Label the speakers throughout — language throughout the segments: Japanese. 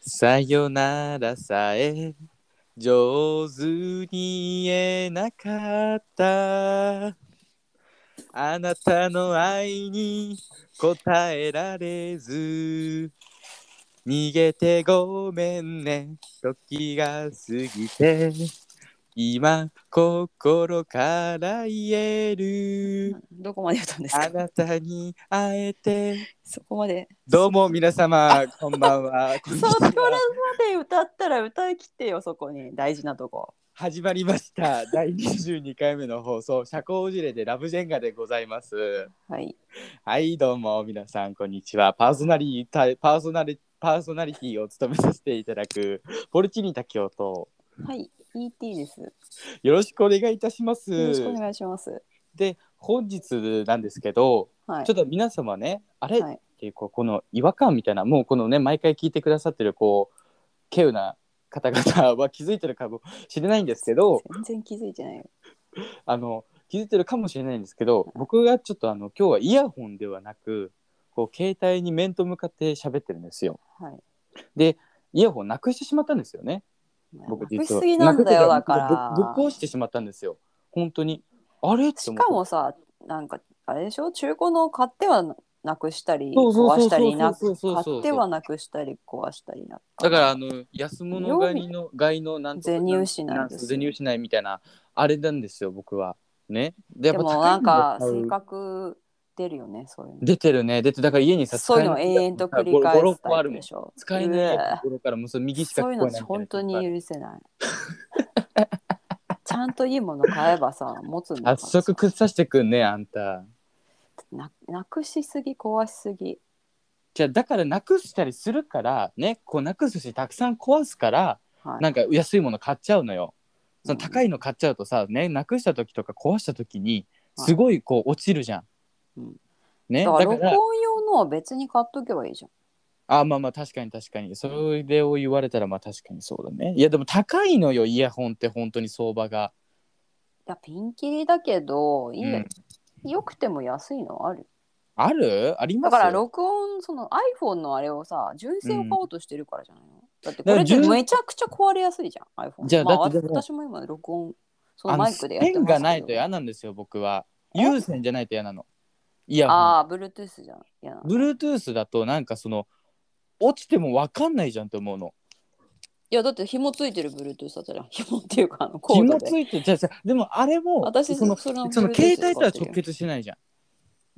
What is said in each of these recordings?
Speaker 1: さよならさえ上手に言えなかったあなたの愛に応えられず逃げてごめんね時が過ぎて今心から言える
Speaker 2: どこまで歌うんです
Speaker 1: あ
Speaker 2: か
Speaker 1: なたに会えて
Speaker 2: そこまで
Speaker 1: どうも皆様こんばんはこん
Speaker 2: そ
Speaker 1: に
Speaker 2: そ
Speaker 1: ち
Speaker 2: こらま
Speaker 1: は
Speaker 2: で歌ったら歌いきってよそこに大事なとこ
Speaker 1: 始まりました 第22回目の放送社交辞令でラブジェンガでございます
Speaker 2: はい
Speaker 1: はいどうも皆さんこんにちはパーソナリタパーソナリパーソナリティを務めさせていただくポルチーニタキオと
Speaker 2: はい ET ですよ
Speaker 1: よろしくお願いいたします
Speaker 2: ろしくお願いします
Speaker 1: で本日なんですけど
Speaker 2: はい
Speaker 1: ちょっと皆様ねあれ、
Speaker 2: はい
Speaker 1: っていうこうこの違和感みたいなもうこのね毎回聞いてくださってるこう稀有な方々は気づいてるかもしれないんですけど
Speaker 2: 全然気づいてないよ
Speaker 1: あの気づいてるかもしれないんですけど僕がちょっとあの今日はイヤホンではなくこう携帯に面と向かって喋ってるんですよ。
Speaker 2: はい
Speaker 1: イヤホンなくしてしまったんですよね。僕
Speaker 2: 僕
Speaker 1: 実は
Speaker 2: しすぎなんだよ
Speaker 1: な
Speaker 2: だ
Speaker 1: くてい
Speaker 2: か
Speaker 1: う
Speaker 2: ら
Speaker 1: ぶぶっ壊してしまったんですよ。本当にあれって
Speaker 2: し
Speaker 1: 思って
Speaker 2: かもさなんかあれでしょ中古の買ってはなくしたり
Speaker 1: そうそうそう
Speaker 2: 壊
Speaker 1: そう
Speaker 2: したりな
Speaker 1: そう
Speaker 2: く
Speaker 1: そうそう
Speaker 2: 買
Speaker 1: そう
Speaker 2: ってはなくしたり壊したりな
Speaker 1: だからあの安物買いの買いのなんとか
Speaker 2: 銭失いですよ
Speaker 1: なんとか銭失いみたいなあれなんですよ僕は。ね。で
Speaker 2: でもなんか
Speaker 1: 高いの買
Speaker 2: 性
Speaker 1: う
Speaker 2: 格出るよねそういうの
Speaker 1: 出てるね出てだから家にさ
Speaker 2: そういうのを
Speaker 1: 使え
Speaker 2: 永
Speaker 1: ない
Speaker 2: 遠と繰り返
Speaker 1: 5 6
Speaker 2: す
Speaker 1: 個
Speaker 2: タ
Speaker 1: ある
Speaker 2: イプ
Speaker 1: もん
Speaker 2: でしょ
Speaker 1: 使えないう
Speaker 2: わ
Speaker 1: ところからもうそれ右しか
Speaker 2: そうい
Speaker 1: 聞
Speaker 2: う
Speaker 1: こえない
Speaker 2: の
Speaker 1: みたいな
Speaker 2: 本当に許せない ちゃんといいもの買えばさ持つんだ
Speaker 1: 早
Speaker 2: から
Speaker 1: 速くっさしてくんねあんた
Speaker 2: ななくしすぎ壊しすぎ
Speaker 1: じゃあだからなくしたりするからねこうなくすしたくさん壊すから
Speaker 2: はい
Speaker 1: なんか安いもの買っちゃうのよその高
Speaker 2: い、
Speaker 1: いの買っちゃうとさねなくした時とか壊した時に
Speaker 2: はい
Speaker 1: すごいこう落ちるじゃん、
Speaker 2: うん
Speaker 1: ね
Speaker 2: だ
Speaker 1: だ
Speaker 2: か
Speaker 1: からら
Speaker 2: 録音用のは別に買っとけばいいじゃん
Speaker 1: あまあまあ確かに確かにそれを言われたらまあ確かにそうだねいやでも高いのよイヤホンって本当に相場が
Speaker 2: いやピンキリだけどいい、
Speaker 1: うん
Speaker 2: よくても安いのある
Speaker 1: あるありま
Speaker 2: だ
Speaker 1: す
Speaker 2: から録音その iPhone のあれをさ純正を買おうとしてるからじゃないの、だってこ
Speaker 1: だか
Speaker 2: れ
Speaker 1: ら
Speaker 2: って
Speaker 1: 純
Speaker 2: めちゃくちゃ壊れやすいじゃん iPhone
Speaker 1: じゃあ
Speaker 2: ま
Speaker 1: だってでも
Speaker 2: 私も今録音そ
Speaker 1: あ
Speaker 2: の
Speaker 1: の
Speaker 2: マイクでやっ
Speaker 1: 線
Speaker 2: てますけど
Speaker 1: がないと嫌なんですよ僕は
Speaker 2: え
Speaker 1: 有線じゃないと嫌なのイヤホン
Speaker 2: ああ Bluetooth じゃん嫌なの
Speaker 1: Bluetooth だとなんかその落ちても分かんないじゃんって思うの。
Speaker 2: いやだって紐ついてる Bluetooth だったら 紐っていうかあのコード
Speaker 1: 紐
Speaker 2: で
Speaker 1: ついてじゃあじゃあでもあれも
Speaker 2: 私
Speaker 1: その
Speaker 2: その
Speaker 1: その携帯とは
Speaker 2: Bluetooth
Speaker 1: 直結してないじゃん。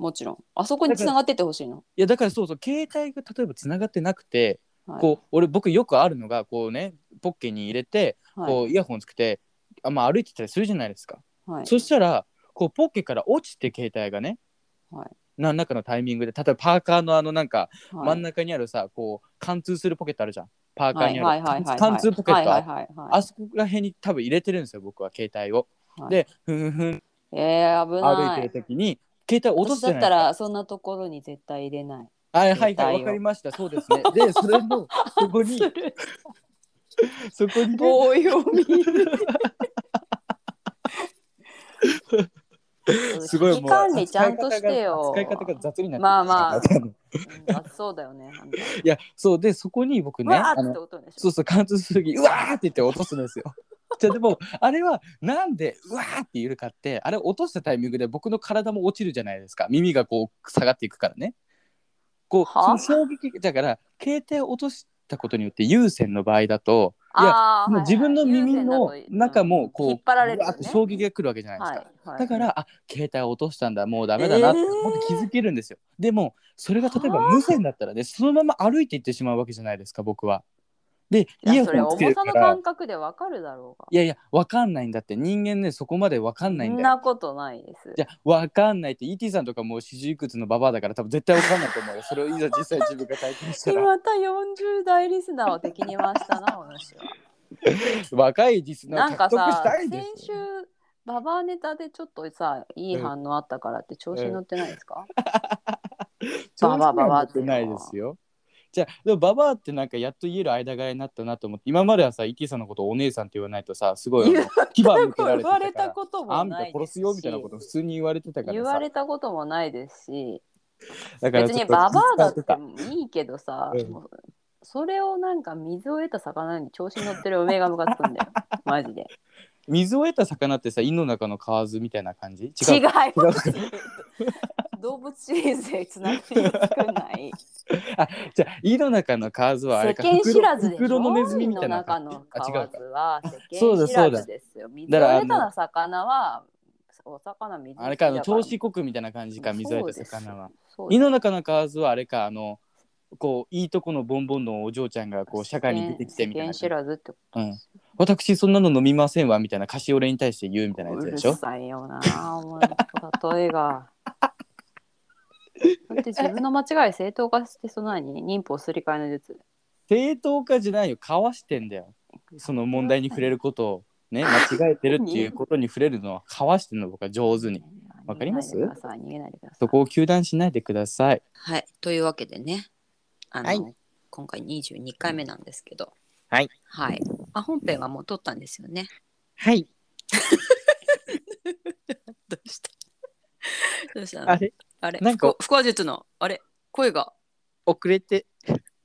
Speaker 2: もちろんあそこに繋がっててほしいの、
Speaker 1: いやだからそうそう携帯が例えばつながってなくて、
Speaker 2: はい
Speaker 1: こう俺僕よくあるのがこうねポッケに入れて
Speaker 2: はい
Speaker 1: こうイヤホンつけて、あまあ、歩いてたりするじゃないですか。
Speaker 2: はい
Speaker 1: そしたらこうポッケから落ちて携帯がね、
Speaker 2: はい
Speaker 1: 何らかのタイミングで例えばパーカーのあのなんか
Speaker 2: はい
Speaker 1: 真ん中にあるさ、こう貫通するポケットあるじゃんパーカ
Speaker 2: は
Speaker 1: ー
Speaker 2: い
Speaker 1: に
Speaker 2: は
Speaker 1: あ
Speaker 2: い
Speaker 1: る
Speaker 2: はいはい
Speaker 1: 貫通ポケット
Speaker 2: は
Speaker 1: あ
Speaker 2: いはいはいはい
Speaker 1: あそこら辺に多分入れてるんですよ僕は携帯を、
Speaker 2: はい
Speaker 1: でふんふん
Speaker 2: えー、危
Speaker 1: 歩
Speaker 2: ないい
Speaker 1: てる時に携帯落と
Speaker 2: 私
Speaker 1: すじゃ
Speaker 2: だ
Speaker 1: ない
Speaker 2: っ
Speaker 1: で
Speaker 2: た
Speaker 1: す
Speaker 2: らそんなところに絶対入れ ない
Speaker 1: かはいはい
Speaker 2: 携
Speaker 1: はい
Speaker 2: 帯を
Speaker 1: わかりましたそうですねでそれもそこ にそこにね、
Speaker 2: 棒読み
Speaker 1: すごいもう
Speaker 2: 危機管理ちゃんとしてよ
Speaker 1: 扱い方が扱い方が雑になってる
Speaker 2: まあまあ
Speaker 1: い
Speaker 2: うんあそうだよねなんか
Speaker 1: やそうでそこに僕
Speaker 2: う
Speaker 1: ね
Speaker 2: わ
Speaker 1: あ
Speaker 2: ーっ
Speaker 1: の
Speaker 2: て音でしょ
Speaker 1: そうそう貫通する時うわーって言って落とすんです よ。じゃあでもあれはなんでうわーって言うかってあれ落としたタイミングで僕の体も落ちるじゃないですか耳がこう下がっていくからね。こう
Speaker 2: はあ
Speaker 1: その衝撃だから携帯を落としたことによって有線の場合だといや
Speaker 2: あー
Speaker 1: もう
Speaker 2: はいはい
Speaker 1: 自分の耳の
Speaker 2: 有線だと
Speaker 1: 中もこう、
Speaker 2: 引っ張られる、
Speaker 1: う
Speaker 2: ね、
Speaker 1: わーって衝撃が来るわけじゃないですか。
Speaker 2: はいはい、
Speaker 1: だからあ携帯落としたんだもうダメだなって
Speaker 2: えー
Speaker 1: もっと気づけるんですよ。でもそれが例えば無線だったらねそのまま歩いていってしまうわけじゃないですか僕は。でイ
Speaker 2: いや
Speaker 1: ヤホ
Speaker 2: それ
Speaker 1: ンつけ
Speaker 2: 重
Speaker 1: る
Speaker 2: さ
Speaker 1: か
Speaker 2: の
Speaker 1: ら
Speaker 2: 感覚でわかるだろうが
Speaker 1: いやいやわかんないんだって人間ねそこまでわかんない
Speaker 2: そ
Speaker 1: ん
Speaker 2: ん
Speaker 1: だよ。
Speaker 2: なことないです
Speaker 1: じゃあわかんないって ET さんとかもう四十いくつのババアだから多分絶対わかんないと思うよ。それをいざ実際自分が体験したら
Speaker 2: また40代リスナーを敵に回したな私 は
Speaker 1: 若いリスナー
Speaker 2: な
Speaker 1: を
Speaker 2: んか
Speaker 1: 獲得し
Speaker 2: さ
Speaker 1: たいで
Speaker 2: 先
Speaker 1: す
Speaker 2: 週ババアネタでちょっとさいい反応あったからって調子に乗ってないですか、
Speaker 1: 調子には
Speaker 2: ババアババ
Speaker 1: 乗
Speaker 2: アっ
Speaker 1: って
Speaker 2: ていうの
Speaker 1: な
Speaker 2: はい
Speaker 1: ですよ。じゃあでもババアってなんかやっと言える間柄になったなと思って今まではさ ET さんのことをお姉さんって言わないとさすごいあ
Speaker 2: 言
Speaker 1: の牙向けられて
Speaker 2: 言われ
Speaker 1: たか
Speaker 2: た
Speaker 1: ら。
Speaker 2: こと
Speaker 1: あ
Speaker 2: も
Speaker 1: んた
Speaker 2: ないで
Speaker 1: 殺
Speaker 2: すし
Speaker 1: すよみたいなこと普通に言われてたからさ
Speaker 2: 言われたこともないですし
Speaker 1: だから
Speaker 2: 別
Speaker 1: ちょ
Speaker 2: に
Speaker 1: っと
Speaker 2: ババアだっ
Speaker 1: 気遣って
Speaker 2: いいけどさ、
Speaker 1: うん
Speaker 2: もう
Speaker 3: それをなんか水を得た魚に調子に乗ってるおめがムカつくん だよマジで
Speaker 1: 水を得た魚ってさ、胃の中の蛙みたいな感じ違う。
Speaker 3: 違います
Speaker 1: 違
Speaker 3: 動物シリーズでつながりが作んない
Speaker 1: じゃあ、胃の中の蛙はあれ
Speaker 3: 世
Speaker 1: か。
Speaker 3: 間知らずでしょ
Speaker 1: 袋のネズミみたいな
Speaker 3: 海
Speaker 1: 感じ。
Speaker 3: の
Speaker 1: あ、違
Speaker 3: 中の
Speaker 1: うか。
Speaker 3: 蛙は世
Speaker 1: そうだ
Speaker 3: 間知ら
Speaker 1: そうだ
Speaker 3: ずですよ水
Speaker 1: だ
Speaker 3: を
Speaker 1: から
Speaker 3: 得た魚はお魚水
Speaker 1: あれか、あの、調子国みたいな感じか、水を得た魚は。
Speaker 3: そうで
Speaker 1: 胃
Speaker 3: す
Speaker 1: の中の蛙はあれか、あの、こう、いいとこのボンボンのお嬢ちゃんが、こう、社会に出てきてみたいな
Speaker 3: 世間知
Speaker 1: 感じ。
Speaker 3: らずってことですよ
Speaker 1: 私、そんなの飲みませんわ、みたいな、カシオレに対して言うみたいなや
Speaker 3: う
Speaker 1: つ
Speaker 3: る
Speaker 1: でしょ。
Speaker 3: さいよなお前の例えがだって自分の間違い正当化してその何妊婦をすり替えの術
Speaker 1: 正当化じゃないよ、かわしてんだよ。その問題に触れることを、ね、間違えてるっていうことに触れるのは、かわしてんの、僕は上手に。わかります
Speaker 3: 逃げないでください逃げないでください
Speaker 1: そこを糾弾しないでください。
Speaker 2: はい。というわけでね、あの、
Speaker 1: はい
Speaker 2: 今回22回目なんですけど、
Speaker 1: はい。
Speaker 2: はい。あ、本編はもう撮ったんです よね。
Speaker 1: はい。
Speaker 2: どうしたどうしたの
Speaker 1: あれ
Speaker 2: あれ
Speaker 1: なんか
Speaker 2: 腹話術の、あれ声が
Speaker 1: 遅れて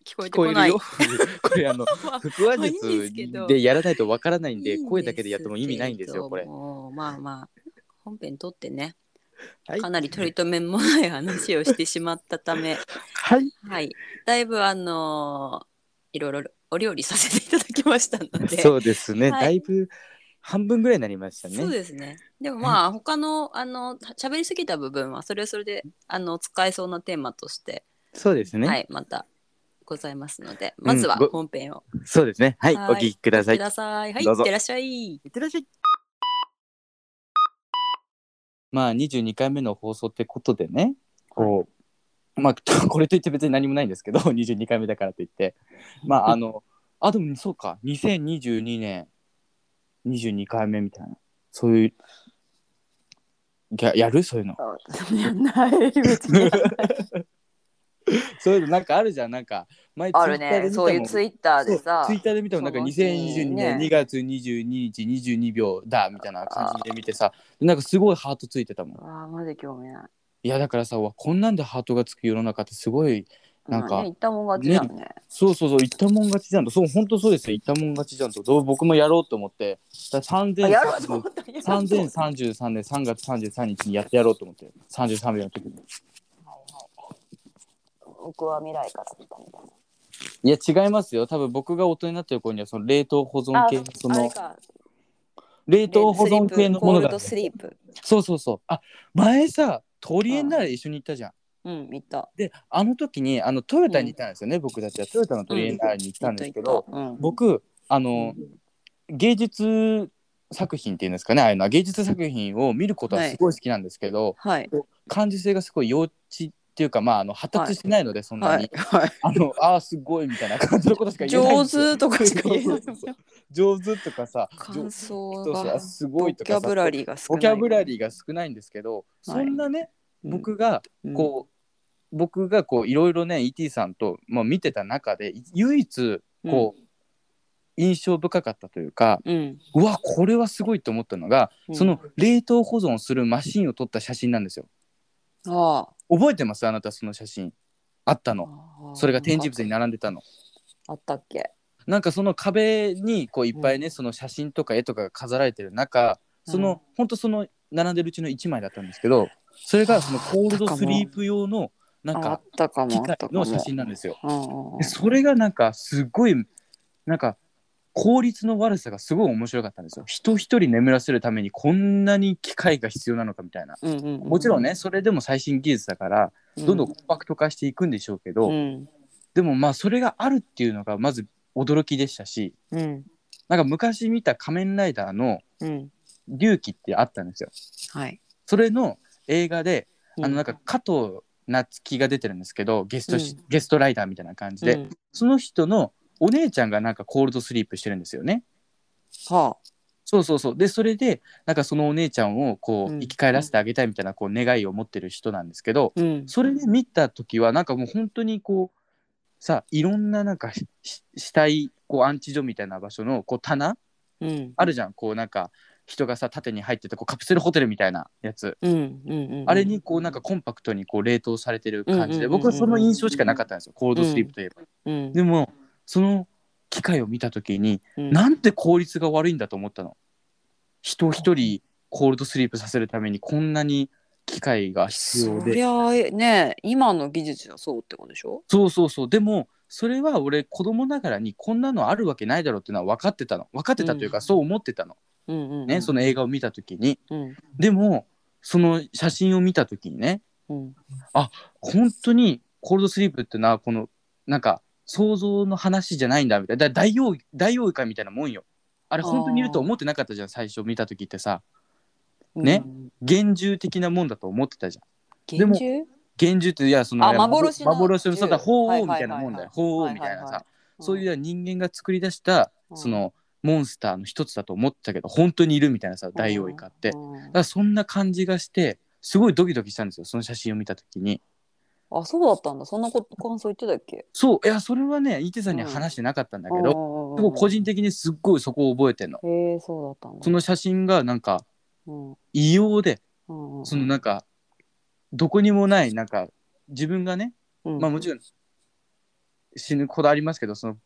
Speaker 2: 聞こ
Speaker 1: 聞
Speaker 2: えてこ
Speaker 1: こえ
Speaker 2: な
Speaker 1: る
Speaker 2: い。
Speaker 1: よ。これあの
Speaker 2: まあ
Speaker 1: 腹話
Speaker 2: まあいいんですけ
Speaker 1: 術
Speaker 2: ど
Speaker 1: でやらないとわからないいん
Speaker 2: い
Speaker 1: で
Speaker 2: です
Speaker 1: 声だけでやっても意味ないんですよ
Speaker 2: け
Speaker 1: これ
Speaker 2: ど。もまあまあ、本編撮ってね、
Speaker 1: はい
Speaker 2: かなり取り留めもない話をしてしまったため、
Speaker 1: はい。
Speaker 2: はい。だいぶあのーいろいろお料理させていただきました ので。
Speaker 1: そうですね。
Speaker 2: はい
Speaker 1: だいぶ半分ぐらいになりました
Speaker 2: そう
Speaker 1: ね。
Speaker 2: ですね。でもまあ他のあの喋りすぎた部分はそれはそれであの使えそうなテーマとして、
Speaker 1: そうです
Speaker 2: は
Speaker 1: ね。
Speaker 2: いまたございますので、まずは
Speaker 1: ご
Speaker 2: 本編を
Speaker 1: そうですね。はい。お
Speaker 2: はい
Speaker 1: 聞きください。
Speaker 2: ください。はい、
Speaker 1: ど
Speaker 2: いう
Speaker 1: ぞ
Speaker 2: ってらっしゃい。
Speaker 1: いってらっしゃい。まあ22回目の放送ってことでね、こう、まあ これといって別に何もないんですけど、22回目だ からといって、ま ああの、あ、でもそうか、2022年22回目みたいな、そういう、ややるそういうの。
Speaker 3: やんない別にやんない
Speaker 1: そういうのなんかあるじゃん、なんか、前
Speaker 3: ある
Speaker 1: Twitter で見
Speaker 3: ね
Speaker 1: た
Speaker 3: そういう
Speaker 1: もん
Speaker 3: ツイッターでさ
Speaker 1: ツイッターで見たのなんか
Speaker 3: そのうち
Speaker 1: 2022
Speaker 3: ね
Speaker 1: 年2月22日22秒だみたいな感じで見てさなんかすごいハートついてたもん
Speaker 3: ああマジ興味ない
Speaker 1: いやだからさうわこんなんでハートがつく世の中ってすごいなんか
Speaker 3: まあね、言ったもん勝ちだもんね
Speaker 1: そうそうそういったもん勝ちじゃんとそう本当そうですよいったもん勝ちじゃんとどう僕もやろうと思ってだから
Speaker 3: あ
Speaker 1: 3000
Speaker 3: やろうと思ったやろうと思った
Speaker 1: 3033年3月33日にやってやろうと思って33秒の時に
Speaker 3: 僕は未来から来たみたい
Speaker 1: いや違いますよ多分僕が大人になってる頃にはその冷凍保存系
Speaker 3: あ
Speaker 1: そ
Speaker 3: あれ
Speaker 1: の
Speaker 3: か
Speaker 1: 冷凍保存系のもの
Speaker 2: コール
Speaker 1: が
Speaker 2: ドスリープ。
Speaker 1: そうそうそうあ前さ鳥園なら一緒に行ったじゃん
Speaker 3: うん見た
Speaker 1: であの時にあのトヨタに行ったんですよね、僕たちはトヨタのトリエンナーレに行ったんですけど、
Speaker 3: うん
Speaker 1: 僕あの、芸術作品っていうんですかねああいうのは芸術作品を見ることはすごい好きなんですけど、
Speaker 3: はい
Speaker 1: 感受性がすごい幼稚っていうかまああの発達してないので、そんなに、
Speaker 3: はい はい
Speaker 1: あのああすごいみたいな感じのことしか言えないん
Speaker 2: 上
Speaker 1: ですよ
Speaker 2: 手とかしか言えな
Speaker 1: そ
Speaker 2: い
Speaker 1: う。そうそう上手とかさ
Speaker 2: 感
Speaker 1: そ
Speaker 2: 想
Speaker 1: うそうあ
Speaker 2: が。
Speaker 1: す
Speaker 2: ボ
Speaker 1: ごいと
Speaker 2: キ
Speaker 1: かさ
Speaker 2: ャブラリーが少ない。
Speaker 1: ボキャブラリーが少ないんですけど、そんなね
Speaker 2: うん
Speaker 1: 僕がこう、僕がこういろいろね ET さんと、まあ、見てた中でい唯一こう、印象深かったというか
Speaker 2: うん。うん。
Speaker 1: うわこれはすごいと思ったのが、
Speaker 2: うん
Speaker 1: その冷凍保存するマシンを撮った写真なんですよ
Speaker 2: あ
Speaker 1: 覚えてますあなたその写真あったの
Speaker 2: あ。
Speaker 1: それが展示物に並んでたの
Speaker 3: あったっけ
Speaker 1: なんかその壁にこういっぱいね、その写真とか絵とかが飾られてる中その、ほんとその並んでるうちの1枚だったんですけどそれがそのコールドスリープ用のなん
Speaker 3: ああっ
Speaker 1: か
Speaker 3: たか
Speaker 1: 機
Speaker 3: もあっ
Speaker 1: 械
Speaker 3: たかも
Speaker 1: の写真なんですよ
Speaker 3: うんうんうん
Speaker 1: でそれがなんかすごいなんか効率の悪さがすごい面白かったんですよ。人一人眠らせるためにこんなに機械が必要なのかみたいな。
Speaker 3: うんうんうん
Speaker 1: もちろんねそれでも最新技術だからどんどんコンパクト化していくんでしょうけど、
Speaker 3: うん
Speaker 1: でもまあそれがあるっていうのがまず驚きでしたし
Speaker 3: うん
Speaker 1: なんか昔見た「仮面ライダー」の
Speaker 3: うん
Speaker 1: 龍騎ってあったんですよ。
Speaker 2: はい。
Speaker 1: それの映画であのなん
Speaker 3: か
Speaker 1: か加藤夏樹が出てるんですけどゲストし、ゲストライダーみたいな感じで、
Speaker 3: うん
Speaker 1: その人のお姉ちゃんがなんかコールドスリープしてるんですよね。
Speaker 3: は
Speaker 1: そうそうそう。で、それで、なんかそのお姉ちゃんをこ
Speaker 3: う
Speaker 1: う、
Speaker 3: ん
Speaker 1: 生き返らせてあげたいみたいなこう願いを持ってる人なんですけど、
Speaker 3: あうん
Speaker 1: それで見た時は、なんかもう本当にこう、さ、いろんななんかしし死体、こう、アンチ所みたいな場所のこう棚
Speaker 3: うん
Speaker 1: あるじゃん。こう、なんか人がさ、縦に入ってて、こう、カプセルホテルみたいなやつ。
Speaker 3: うんうんうん
Speaker 1: あれにこう、なんかコンパクトにこう、冷凍されてる
Speaker 3: うん
Speaker 1: 感じで、
Speaker 3: うんうんうん
Speaker 1: 僕はその印象しかなかったんですよ。コールドスリープといえば。
Speaker 3: うん
Speaker 1: でもその機械を見た時に、
Speaker 2: うん
Speaker 1: なんて効率が悪いんだと思ったの人一人コールドスリープさせるためにこんなに機械が必要
Speaker 2: そ
Speaker 1: で
Speaker 2: りゃあね今の技術はそうってことでしょ
Speaker 1: そうそうそうでもそれは俺子供ながらにこんなのあるわけないだろうっていうのは分かってたの分かってたというか、
Speaker 2: うん
Speaker 1: そう思ってたの
Speaker 2: うんうんうん
Speaker 1: ね、その映画を見た時に
Speaker 2: うん
Speaker 1: でもその写真を見た時にね
Speaker 2: うん
Speaker 1: 本当にコールドスリープってのはこのなんか想像の話じゃないんだみたいなだ大王大王イカみたいなもんよあれ
Speaker 2: あー
Speaker 1: 本当にいると思ってなかったじゃん最初見た時ってさね幻獣的なもんだと思ってたじゃん
Speaker 2: うん
Speaker 1: でも
Speaker 2: 幻獣
Speaker 1: 幻獣っていやその
Speaker 2: あ
Speaker 1: いやまぼ
Speaker 2: 幻の
Speaker 1: 幻のそうだ
Speaker 2: 獣
Speaker 1: 鳳凰みたいなもんだよ鳳凰みたいなさそういう人間が作り出した
Speaker 2: うん
Speaker 1: そのモンスターの一つだと思ってたけど本当にいるみたいなさダイオウイカってだか
Speaker 2: うんうん
Speaker 1: らそんな感じがしてすごいドキドキしたんですよその写真を見た時に
Speaker 2: あそうだったんだそんなこと感想言ってたっけ
Speaker 1: そういやそれはね伊手さんには話してなかったんだけど
Speaker 2: ど
Speaker 1: すごい個人的にすっごいそこを覚えてんの
Speaker 2: へえそうだったんだ
Speaker 1: その写真がなんか
Speaker 2: うん
Speaker 1: 異様で
Speaker 2: うんうん
Speaker 1: そのなんかどこにもないなんか自分がね
Speaker 2: うん
Speaker 1: まあもちろん死ぬこだわりますけどその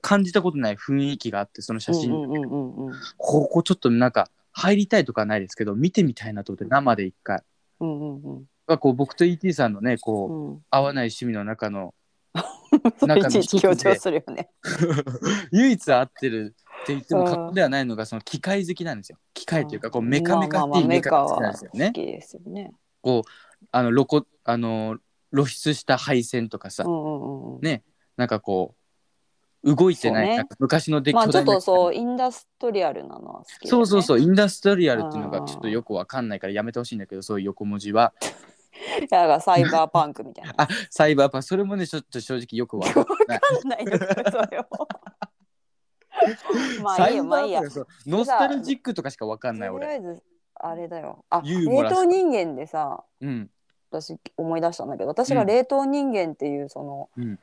Speaker 1: 感じたことない雰囲気があってその写真、
Speaker 2: うんうんうんうんうん
Speaker 1: ここちょっとなんか入りたいとかはないですけど見てみたいなと思って生で一回
Speaker 2: うんうん
Speaker 1: がこう僕と ET さんのねこう、
Speaker 2: うんうん
Speaker 1: 合わない趣味の中の
Speaker 2: そ
Speaker 1: 中の
Speaker 2: れいちい ち強調するよね
Speaker 1: 唯一合ってるって言っても過言ではないのがその機械好きなんですよ機械というかこうメカメカっていうメカが好きなんですよ
Speaker 2: まあまあまあメカは好
Speaker 1: ね
Speaker 2: きですよね
Speaker 1: こうあの露骨あの露出した配線とかさ、
Speaker 2: うんうんうんうん
Speaker 1: ねなんかこう動いてない、
Speaker 2: そうね
Speaker 1: なんか昔のデッ
Speaker 2: まあ
Speaker 1: キ
Speaker 2: ちょっと
Speaker 1: そう
Speaker 2: そうインダストリアルなのは好きだよね
Speaker 1: そうそう
Speaker 2: う
Speaker 1: インダストリアルっていうのがちょっとよくわかんないからやめてほしいんだけどそういう横文字は
Speaker 2: だからサイバーパンクみ たいな
Speaker 1: あサイバーパンそれもねちょっと正直よくわかんない。
Speaker 2: ないよそれをまあ
Speaker 1: サ
Speaker 2: いい
Speaker 1: イ
Speaker 2: よ
Speaker 1: バ
Speaker 2: まあい
Speaker 1: ー
Speaker 2: いや
Speaker 1: パン
Speaker 2: と
Speaker 1: そうノスタルジックとかしかわかん
Speaker 2: り
Speaker 1: ない
Speaker 2: あ
Speaker 1: 俺。
Speaker 2: えずあれだよあ
Speaker 1: ユ
Speaker 2: 冷
Speaker 1: ーモラス
Speaker 2: 凍人間でさ
Speaker 1: うん
Speaker 2: 私思い出したんだけど私が冷凍人間っていうその、
Speaker 1: うん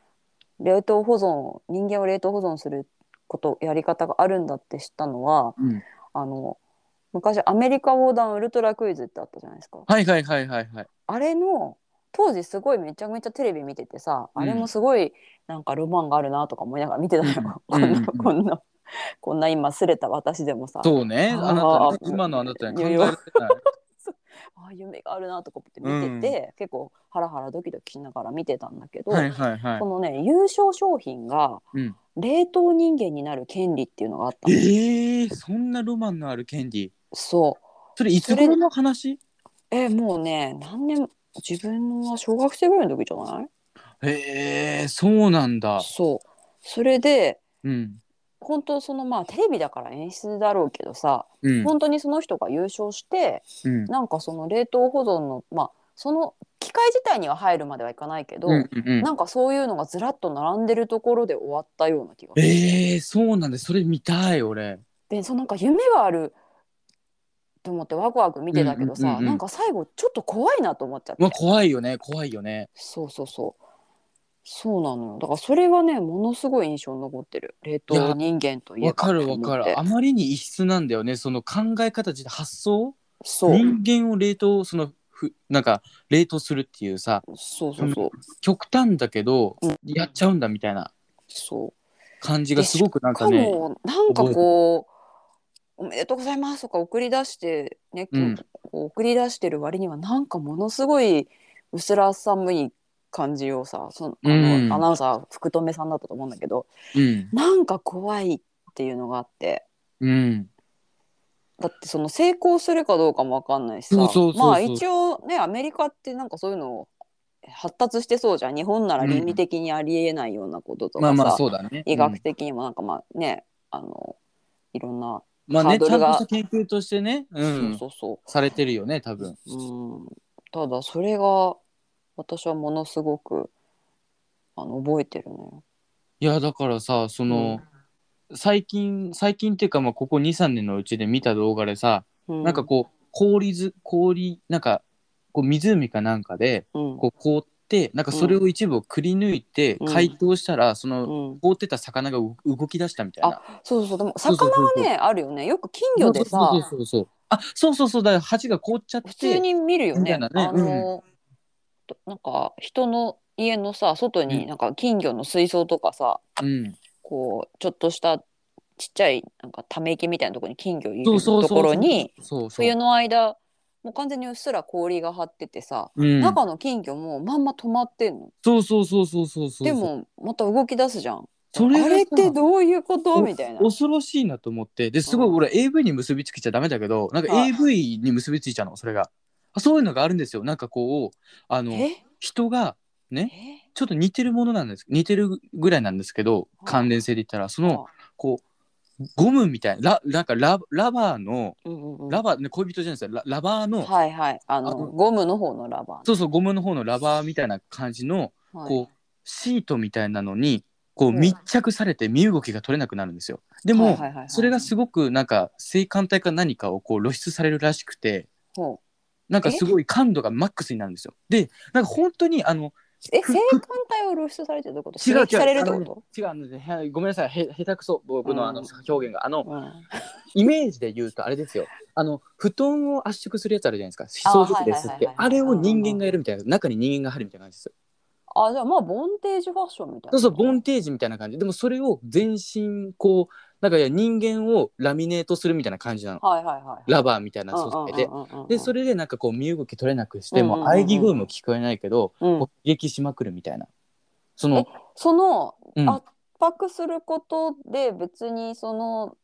Speaker 2: 冷凍保存人間を冷凍保存することやり方があるんだって知ったのは
Speaker 1: うん。
Speaker 2: あの昔アメリカ横断ウルトラクイズってあったじゃないですか。
Speaker 1: はいはいはいはいはい。
Speaker 2: あれの当時すごいめちゃめちゃテレビ見ててさ、あれもすごいなんかロマンがあるなとか思いながら見てたよ、
Speaker 1: うんうんうんうん
Speaker 2: こんなこんなこんな今すれた私でもさ
Speaker 1: そうね。
Speaker 2: あー
Speaker 1: あなたね今のあなたに考えられてない。
Speaker 2: ああ夢があるなとか思って見てて、結構ハラハラドキドキしながら見てたんだけど、
Speaker 1: はいはいは
Speaker 2: このね優勝商品が
Speaker 1: うん
Speaker 2: 冷凍人間になる権利っていうのがあった
Speaker 1: い。
Speaker 2: の、
Speaker 1: ええー、そんなロマンのある権利。
Speaker 2: そう
Speaker 1: それいつ頃の話？
Speaker 2: えもうね何年自分は小学生ぐらいの時じゃない
Speaker 1: へえそうなんだ。
Speaker 2: そうそれで
Speaker 1: うん
Speaker 2: 本当そのまあテレビだから演出だろうけどさ、
Speaker 1: うん
Speaker 2: 本当にその人が優勝して
Speaker 1: うん。
Speaker 2: なんかその冷凍保存のまあその機械自体には入るまではいかないけど、
Speaker 1: うんうん
Speaker 2: なんかそういうのがずらっと並んでるところで終わったような気がする
Speaker 1: ええー、そうなんだ。それ見たい俺。
Speaker 2: でそのなんか夢があると思ってワクワク見てたけどさ、
Speaker 1: うんうんうんうん
Speaker 2: なんか最後ちょっと怖いなと思っちゃって、
Speaker 1: まあ怖いよね怖いよね。
Speaker 2: そうそうそうそうなのよだからそれはねものすごい印象に残ってる冷
Speaker 1: いや
Speaker 2: 凍人間といえば
Speaker 1: わかる
Speaker 2: と思
Speaker 1: わ
Speaker 2: って
Speaker 1: かる。あまりに異質なんだよね。その考え方自体発想。
Speaker 2: そう
Speaker 1: 人間を冷凍そのふなんか冷凍するっていうさ
Speaker 2: そうそうそう
Speaker 1: 極端だけど、
Speaker 2: うん
Speaker 1: やっちゃうんだみたいな
Speaker 2: そう
Speaker 1: 感じがすごくなん
Speaker 2: し
Speaker 1: か
Speaker 2: か
Speaker 1: ね
Speaker 2: もなんかこう「おめでとうございます」とか送り出してね、
Speaker 1: うん
Speaker 2: こう送り出してる割にはなんかものすごいうすら寒い感じをさそのあの、
Speaker 1: うん
Speaker 2: アナウンサー福留さんだったと思うんだけど
Speaker 1: うん
Speaker 2: なんか怖いっていうのがあって。
Speaker 1: うん
Speaker 2: だってその成功するかどうかもわかんないしさ
Speaker 1: そうそうそうそう
Speaker 2: まあ一応ねアメリカってなんかそういうの発達してそうじゃん日本なら倫理的にありえないようなこととか
Speaker 1: ま
Speaker 2: さ、
Speaker 1: あまあそうだね
Speaker 2: 医学的にもなんかまあね、あのいろんな、
Speaker 1: うんまあ
Speaker 2: ハ
Speaker 1: ね
Speaker 2: ード
Speaker 1: ちゃ
Speaker 2: ル
Speaker 1: んと
Speaker 2: が
Speaker 1: した研究としてね、うん、
Speaker 2: そうそ
Speaker 1: されてるよね多分
Speaker 2: うそう、うん、ただそれが私はものすごくあの覚えてるのよ。
Speaker 1: いやだからさその、最近最近っていうかまあここ23年のうちで見た動画でさ、
Speaker 2: うん、
Speaker 1: なんかこう氷ず氷なんかこう湖かなんかで
Speaker 2: うん、
Speaker 1: こう凍ってなんかそれを一部をくり抜いて
Speaker 2: うん
Speaker 1: 解凍したら、その
Speaker 2: うん、
Speaker 1: 凍ってた魚がう動き出したみたいな。
Speaker 2: そうそうでも
Speaker 1: そうそうそう
Speaker 2: 魚
Speaker 1: そう
Speaker 2: はねあるよねよく金魚でさ
Speaker 1: そうそうそうそう。あ、そうそうそうだよ。鉢が凍っちゃって。
Speaker 2: 普通に見るよ
Speaker 1: みた
Speaker 2: ね
Speaker 1: いなね
Speaker 2: あの、となんか人の家のさ外
Speaker 1: う
Speaker 2: になんか金魚の水槽とかさ、
Speaker 1: うん。
Speaker 2: こうちょっとしたちっちゃいなんかため池みたいなところに金魚いる
Speaker 1: そうそうそうそう
Speaker 2: ところに
Speaker 1: そうそう。
Speaker 2: 冬の間もう完全にうっすら氷が張っててさ、
Speaker 1: うん、
Speaker 2: 中の金魚もまんま止まってんの
Speaker 1: そうそうそうそうそうそう。
Speaker 2: で、もまた動き出すじゃん
Speaker 1: それがさ
Speaker 2: あれってどういうこと
Speaker 1: お
Speaker 2: みたいな
Speaker 1: 恐ろしいなと思って、ですごい
Speaker 2: うん
Speaker 1: 俺 AV に結びつけちゃダメだけど、なんか
Speaker 2: はい
Speaker 1: AV に結びついちゃうの、それが。あそういうのがあるんですよ。なんかこう、あの、
Speaker 2: え
Speaker 1: 人が
Speaker 2: え
Speaker 1: ね、ちょっと似てるものなんです。似てるぐらいなんですけど、
Speaker 2: はい
Speaker 1: 関連性で言ったら、その、こう、ゴムみたいな、ラなんかララバーの、
Speaker 2: うんうんうん
Speaker 1: ラバー、ね、恋人じゃないですよ。ララバーの、
Speaker 2: はいはいあの
Speaker 1: あの
Speaker 2: ゴムの方のラバー
Speaker 1: そうそう、ゴムの方のラバーみたいな感じの、
Speaker 2: ね、はい
Speaker 1: こうシートみたいなのにこう
Speaker 2: うん
Speaker 1: 密着されて身動きが取れなくなるんですよ。で
Speaker 2: はい
Speaker 1: も
Speaker 2: はいはいはい
Speaker 1: それがすごくなんか性感帯か何かをこう露出されるらしくて
Speaker 2: ほ
Speaker 1: なんかすごい感度がマックスになるんですよ。でなんか本当にあの
Speaker 2: うえ性感帯を露出されてるってこと
Speaker 1: 違う
Speaker 2: 刺激
Speaker 1: 違う
Speaker 2: されるってこ
Speaker 1: 違うあのねへごめんなさいへ下手くそ僕のあの
Speaker 2: うん
Speaker 1: 表現があの
Speaker 2: と、うん
Speaker 1: イメージで言うとあれですよあの布団を圧縮するやつあるじゃないですか思想ですっ
Speaker 2: はいはいはい
Speaker 1: て
Speaker 2: はい
Speaker 1: あれを人間がやるみたいな中に人間が入るみたいな感じですよ。
Speaker 2: あじゃあまあボンテージファッションみたいな
Speaker 1: そうそうボンテージみたいな感じでもそれを全身こうなんかいや人間をラミネートするみたいな感じなの
Speaker 2: はいはいはい
Speaker 1: ラバーみたいな
Speaker 2: うんうん
Speaker 1: 素
Speaker 2: うん
Speaker 1: 材で。
Speaker 2: うんうん
Speaker 1: でそれでなんかこう身動き取れなくして
Speaker 2: うんう
Speaker 1: も
Speaker 2: んうんうん
Speaker 1: 喘ぎ声も聞こえないけど
Speaker 2: うん
Speaker 1: こう刺激しまくるみたいなその
Speaker 2: その
Speaker 1: うん
Speaker 2: 圧迫することで別にその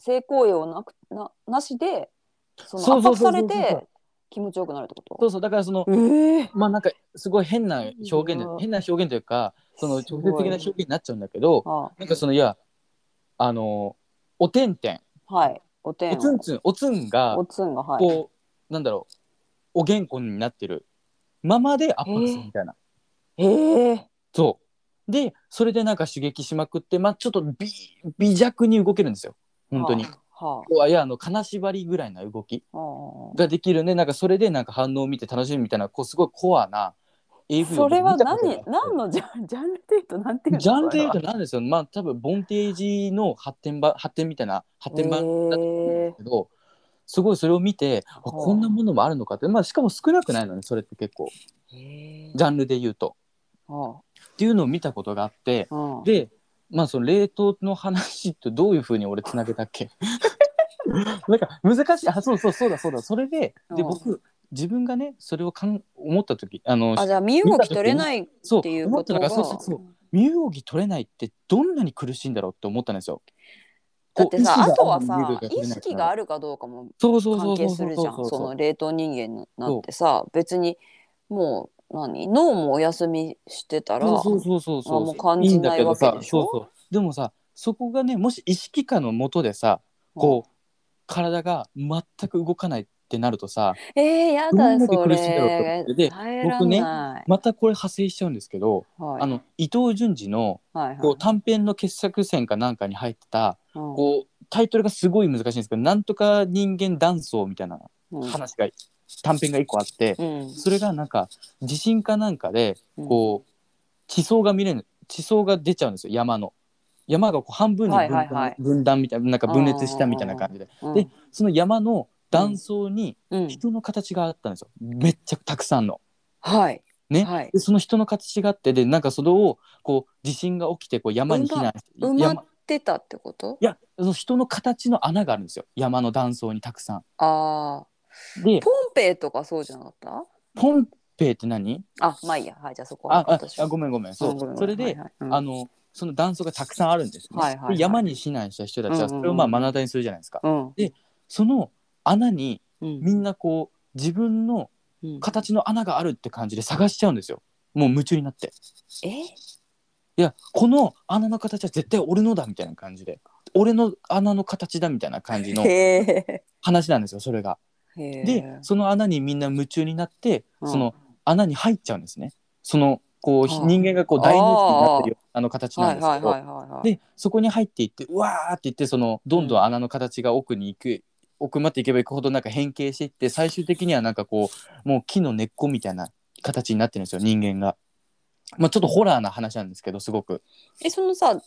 Speaker 2: 性行為をなくななしでその
Speaker 1: そう
Speaker 2: 圧
Speaker 1: そうそ
Speaker 2: 迫
Speaker 1: うそう
Speaker 2: されて気持ちよくなるってこ
Speaker 1: そ
Speaker 2: と
Speaker 1: うそうだからその
Speaker 2: ええ
Speaker 1: まあなんかすごい変な表現で
Speaker 2: うわ
Speaker 1: 変な表現というかその
Speaker 2: すご
Speaker 1: 直接的
Speaker 2: い
Speaker 1: な表現になっちゃうんだけど
Speaker 2: あ
Speaker 1: なんかそのいやあのおてんてん
Speaker 2: はいおて
Speaker 1: お
Speaker 2: ん
Speaker 1: つんつんおつんが
Speaker 2: おつんがはい
Speaker 1: こうなんだろうおげんこになってるままで圧迫するみたいな。
Speaker 2: ええ
Speaker 1: そう。で、それでなんか刺激しまくって、まあ、ちょっと微微弱に動けるんですよ。本当に。
Speaker 2: はあは
Speaker 1: こういや、あの、金縛りぐらいな動き
Speaker 2: あはあ
Speaker 1: ができるんで、なんかそれでなんか反応を見て楽しむみたいな、こうすごいコアな AV
Speaker 2: それは
Speaker 1: を見
Speaker 2: 何
Speaker 1: たことがあって
Speaker 2: 何のジャンジャンルで言うとなんていうの
Speaker 1: ジャンルで言うと何ですよ。まあ、多分、ボンテージの発展版、発展みたいな、発展版だと思うんですけど、すごいそれを見て、あ、
Speaker 2: ほう
Speaker 1: こんなものもあるのかって、まあ、しかも少なくないのね、それって結構、
Speaker 2: ええ
Speaker 1: ジャンルで言うと。
Speaker 2: は
Speaker 1: っていうのを見たことがあって、
Speaker 2: あうん
Speaker 1: で、まあその冷凍の話ってどういうふうに俺つなげたっ けなんか難しいあそうそうそうだそうだそれでで
Speaker 2: うん
Speaker 1: 僕自分がねそれをかん思った時あの
Speaker 2: あじゃあ身動き取れないっ
Speaker 1: そう
Speaker 2: ていう
Speaker 1: 思っ
Speaker 2: こ
Speaker 1: た
Speaker 2: と
Speaker 1: の
Speaker 2: が
Speaker 1: がそうそうそう身動き取れないってどんなに苦しいんだろうって思ったんですよ。
Speaker 2: だって
Speaker 1: こ
Speaker 2: さ
Speaker 1: う
Speaker 2: あとはさ
Speaker 1: 意
Speaker 2: 意識があ
Speaker 1: る
Speaker 2: るかどうかも
Speaker 1: そうそうそ
Speaker 2: 関
Speaker 1: うそう
Speaker 2: 係す
Speaker 1: そう
Speaker 2: るじゃん
Speaker 1: そう
Speaker 2: そ
Speaker 1: そう
Speaker 2: の冷凍人間なんてさ別にもう何脳もお休みしてたら
Speaker 1: そうそうそうそう
Speaker 2: あもう感じないわけでしょ
Speaker 1: いいんだけどさそうそうでもさそこがねもし意識下のもとでさこう体が全く動かないってなるとさ
Speaker 2: うんえー、や
Speaker 1: どん
Speaker 2: だ
Speaker 1: だけ
Speaker 2: そ
Speaker 1: 苦しいんだろうと思
Speaker 2: れ
Speaker 1: ってで
Speaker 2: 耐えら
Speaker 1: 僕
Speaker 2: ん
Speaker 1: ね
Speaker 2: ない、
Speaker 1: またこれ派生しちゃうんですけど、
Speaker 2: はい、
Speaker 1: あの伊藤潤二の
Speaker 2: はいはい
Speaker 1: こう短編の傑作選かなんかに入ってた
Speaker 2: うん
Speaker 1: こうタイトルがすごい難しいんですけど「なんとか人間断層」みたいな
Speaker 2: うん
Speaker 1: 話が短編が一個あって
Speaker 2: うん
Speaker 1: それがなんか地震かなんかで
Speaker 2: うん
Speaker 1: こう地層が見れる地層が出ちゃうんですよ山の。山がこう半分に分
Speaker 2: はいはいは
Speaker 1: 断
Speaker 2: い
Speaker 1: 分断みたいななんか分裂したみたいな感じで
Speaker 2: うん
Speaker 1: でその山の断層に
Speaker 2: うん
Speaker 1: 人の形があったんですよめっちゃたくさんの。
Speaker 2: はい
Speaker 1: ね
Speaker 2: はい
Speaker 1: でその人の形があってでなんかそれをこう地震が起きてこう山に避難して
Speaker 2: 埋ま
Speaker 1: 山
Speaker 2: ってたってこと
Speaker 1: いやその人の形の穴があるんですよ山の断層にたくさ
Speaker 2: あ
Speaker 1: ん。で
Speaker 2: ーポンペイとかそうじゃなかった
Speaker 1: ポンペイって何
Speaker 2: あまあいいやはいじゃあそこ
Speaker 1: あ
Speaker 2: は
Speaker 1: あ
Speaker 2: 私
Speaker 1: あごめんごめんそう、
Speaker 2: うんごめんご
Speaker 1: そ
Speaker 2: め
Speaker 1: れ
Speaker 2: ん
Speaker 1: で、
Speaker 2: はいはいうん
Speaker 1: あのその断層がたくさんあるんです、ね
Speaker 2: はいはいはい
Speaker 1: で山に避難した人たちは
Speaker 2: うんうん
Speaker 1: そ
Speaker 2: うん
Speaker 1: れをまあ真ん中にするじゃないですか、
Speaker 2: うん
Speaker 1: その穴に
Speaker 2: うん
Speaker 1: みんなこう自分の
Speaker 2: うん
Speaker 1: 形の穴があるって感じで探しちゃうんですよもう夢中になって。
Speaker 2: え
Speaker 1: いやこの穴の形は絶対俺のだみたいな感じで俺の穴の形だみたいな感じの
Speaker 2: へえ
Speaker 1: 話なんですよそれが。でその穴にみんな夢中になって、
Speaker 2: うん
Speaker 1: その穴に入っちゃうんですね。そのこう
Speaker 2: あー
Speaker 1: 人間がこう大ニュースになってるようなあの形なんですけど。
Speaker 2: はい
Speaker 1: でそこに入っていってうわーって言ってそのどんどん穴の形が奥に行く。奥まで行けば行くほどなんか変形していって最終的にはなんかこうもう木の根っこみたいな形になってるんですよ人間が。まあちょっとホラーな話なんですけどすごく。
Speaker 2: えそのさ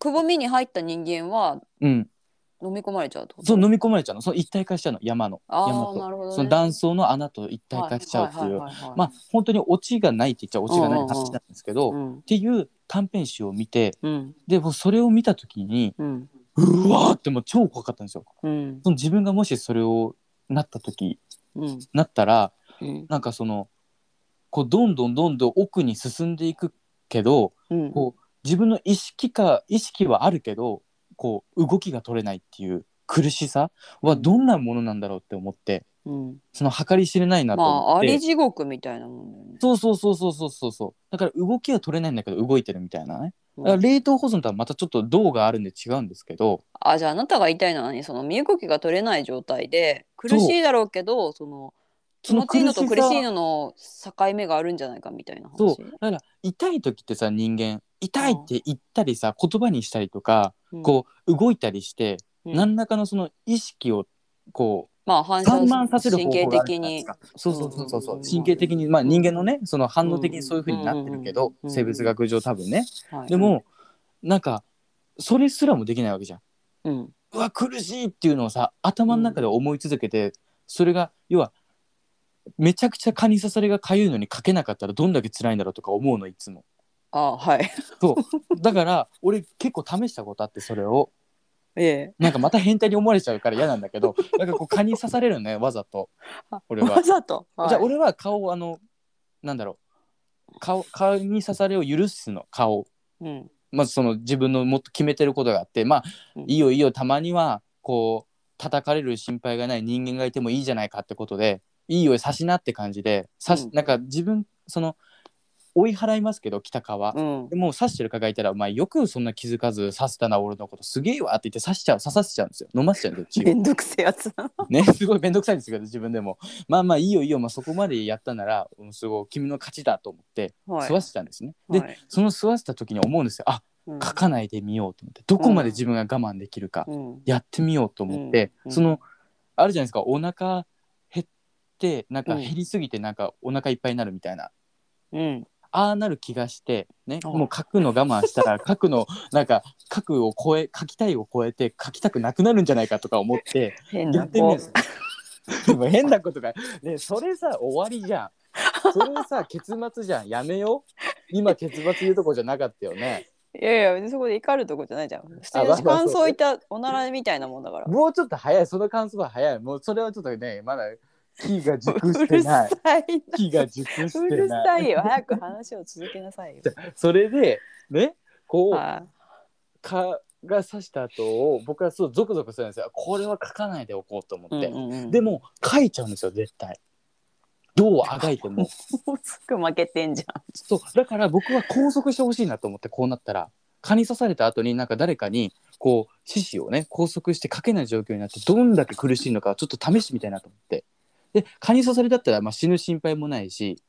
Speaker 2: くぼみに入った人間は
Speaker 1: うん、
Speaker 2: 飲み込まれちゃうってこと
Speaker 1: そう飲み込まれちゃうのその一体化しちゃうの山の
Speaker 2: あ
Speaker 1: 山
Speaker 2: ー
Speaker 1: と、
Speaker 2: なるほど、ね、
Speaker 1: その断層の穴と一体化しちゃうっていう、
Speaker 2: はいはいはいはい
Speaker 1: まあ本当にオチがないって言っちゃオチがない話なんですけど、
Speaker 2: う
Speaker 1: っ
Speaker 2: ん
Speaker 1: ていう短編集を見て
Speaker 2: うん
Speaker 1: でもうそれを見た時に
Speaker 2: うん
Speaker 1: うわーってもう超怖かったんですよ。
Speaker 2: うん
Speaker 1: その自分がもしそれをなった時
Speaker 2: うん
Speaker 1: なったら
Speaker 2: うん
Speaker 1: なんかそのこうどんどんどんどん奥に進んでいくけど
Speaker 2: うん
Speaker 1: こう自分の意識か意識はあるけどこう動きが取れないっていう苦しさはどんなものなんだろうって思って
Speaker 2: うん
Speaker 1: その計り知れないなと
Speaker 2: ま
Speaker 1: 思
Speaker 2: あ
Speaker 1: っ
Speaker 2: あ
Speaker 1: て、
Speaker 2: り地獄みたいなもんだよね
Speaker 1: そうそうそうそうそうそうそうだから動きは取れないんだけど動いてるみたいなね、
Speaker 2: うん
Speaker 1: だから冷凍保存とはまたちょっと銅があるんで違うんですけど
Speaker 2: あじゃああなたが言いたいのは何その身動きが取れない状態で苦しいだろうけどその気
Speaker 1: その
Speaker 2: 持ちいいの
Speaker 1: 苦
Speaker 2: と
Speaker 1: しさ
Speaker 2: 苦しいのの境目があるんじゃないかみたいな話
Speaker 1: そうだから痛い時ってさ人間痛いって言ったりさ言葉にしたりとか、
Speaker 2: うん
Speaker 1: こう動いたりして、
Speaker 2: うん
Speaker 1: 何らかのその意識をこう
Speaker 2: まあ反射
Speaker 1: 散漫させる方
Speaker 2: 神
Speaker 1: 法があ
Speaker 2: 経
Speaker 1: るじゃ
Speaker 2: 的
Speaker 1: ないです
Speaker 2: に
Speaker 1: かそうそうそうそうそううん神経的にまあ人間のねその反応的にそういう風になってるけ
Speaker 2: うん
Speaker 1: ど
Speaker 2: うん
Speaker 1: 生物学上多分ね
Speaker 2: はい
Speaker 1: でもなんかそれすらもできないわけじゃん
Speaker 2: うん
Speaker 1: うわ苦しいっていうのをさ頭の中で思い続けて、それが要はめちゃくちゃ蚊に刺されが痒いのにかけなかったらどんだけ辛いんだろうとか思うのいつも
Speaker 2: あはい
Speaker 1: そうだから俺結構試したことあってそれを
Speaker 2: ええ
Speaker 1: なんかまた変態に思われちゃうから嫌なんだけ どなんかこう蚊に刺されるのねわざと俺は
Speaker 2: わざと
Speaker 1: じゃあ俺は顔をあのなんだろう顔顔に刺されを許すの顔
Speaker 2: うん
Speaker 1: まずその自分のもっと決めてることがあってまあ
Speaker 2: うん
Speaker 1: いいよいいよたまにはこう叩かれる心配がない人間がいてもいいじゃないかってことでいいよ刺しなって感じで刺し、
Speaker 2: うん
Speaker 1: なんか自分その追い払いますけど北川、
Speaker 2: うん
Speaker 1: でもう刺してる蚊がいたら「お前よくそんな気づかず刺したな俺のことすげえわ」って言って刺しちゃう刺させちゃうんですよ飲ませちゃうんですよ
Speaker 2: めんどくせえやつだな
Speaker 1: ね、すごい面倒くさいんですけど自分でもまあまあいいよいいよ、まあ、そこまでやったならうんすごい君の勝ちだと思って
Speaker 2: はい
Speaker 1: 吸わせたんですね、で
Speaker 2: はい
Speaker 1: その吸わせた時に思うんですよあ
Speaker 2: うん
Speaker 1: 書かないでみようと思ってどこまで自分が我慢できるか
Speaker 2: うん
Speaker 1: やってみようと思って、
Speaker 2: うん
Speaker 1: そのあるじゃないですかお腹減ってなんか
Speaker 2: うん
Speaker 1: 減りすぎてなんかお腹いっぱいになるみたいな、
Speaker 2: うん
Speaker 1: ああなる気がしてね
Speaker 2: あ
Speaker 1: もう書くの我慢した ら書くのなんか書くを超え書きたいを超えて書きたくなくなるんじゃないかとか思って。
Speaker 2: 変
Speaker 1: や
Speaker 2: な
Speaker 1: ってみる
Speaker 2: 子
Speaker 1: んですよ。でも変なことが、ね、それさ終わりじゃん。それさ結末じゃん。やめよう。今結末言うとこじゃなかったよね。
Speaker 2: いやいや別にそこで怒るとこじゃないじゃん普通
Speaker 1: あまあまあ
Speaker 2: に感想いたおならみたいなもんだから
Speaker 1: もうちょっと早い。その感想は早い。もうそれはちょっとねまだ木が熟し
Speaker 2: う
Speaker 1: て
Speaker 2: る
Speaker 1: な
Speaker 2: さ
Speaker 1: い。
Speaker 2: いな
Speaker 1: 木が熟し
Speaker 2: う
Speaker 1: て
Speaker 2: る
Speaker 1: な
Speaker 2: さ
Speaker 1: い。
Speaker 2: いよ早く話を続けなさいよ
Speaker 1: それでねこう
Speaker 2: は
Speaker 1: 蚊が刺した後を僕はそうゾクゾクするんですよ。これは書かないでおこうと思
Speaker 2: い
Speaker 1: って。
Speaker 2: うんうんうん
Speaker 1: でも書いちゃうんですよ絶対。どうあがいて も。
Speaker 2: もうすぐ負けてんじゃん
Speaker 1: そうだから僕は拘束してほしいなと思ってこうなったら蚊に刺された後になんか誰かにこう獅子をね拘束して書けない状況になってどんだけ苦しいのかちょっと試してみたいなと思ってで蚊に刺されだったらまあ死ぬ心配もないし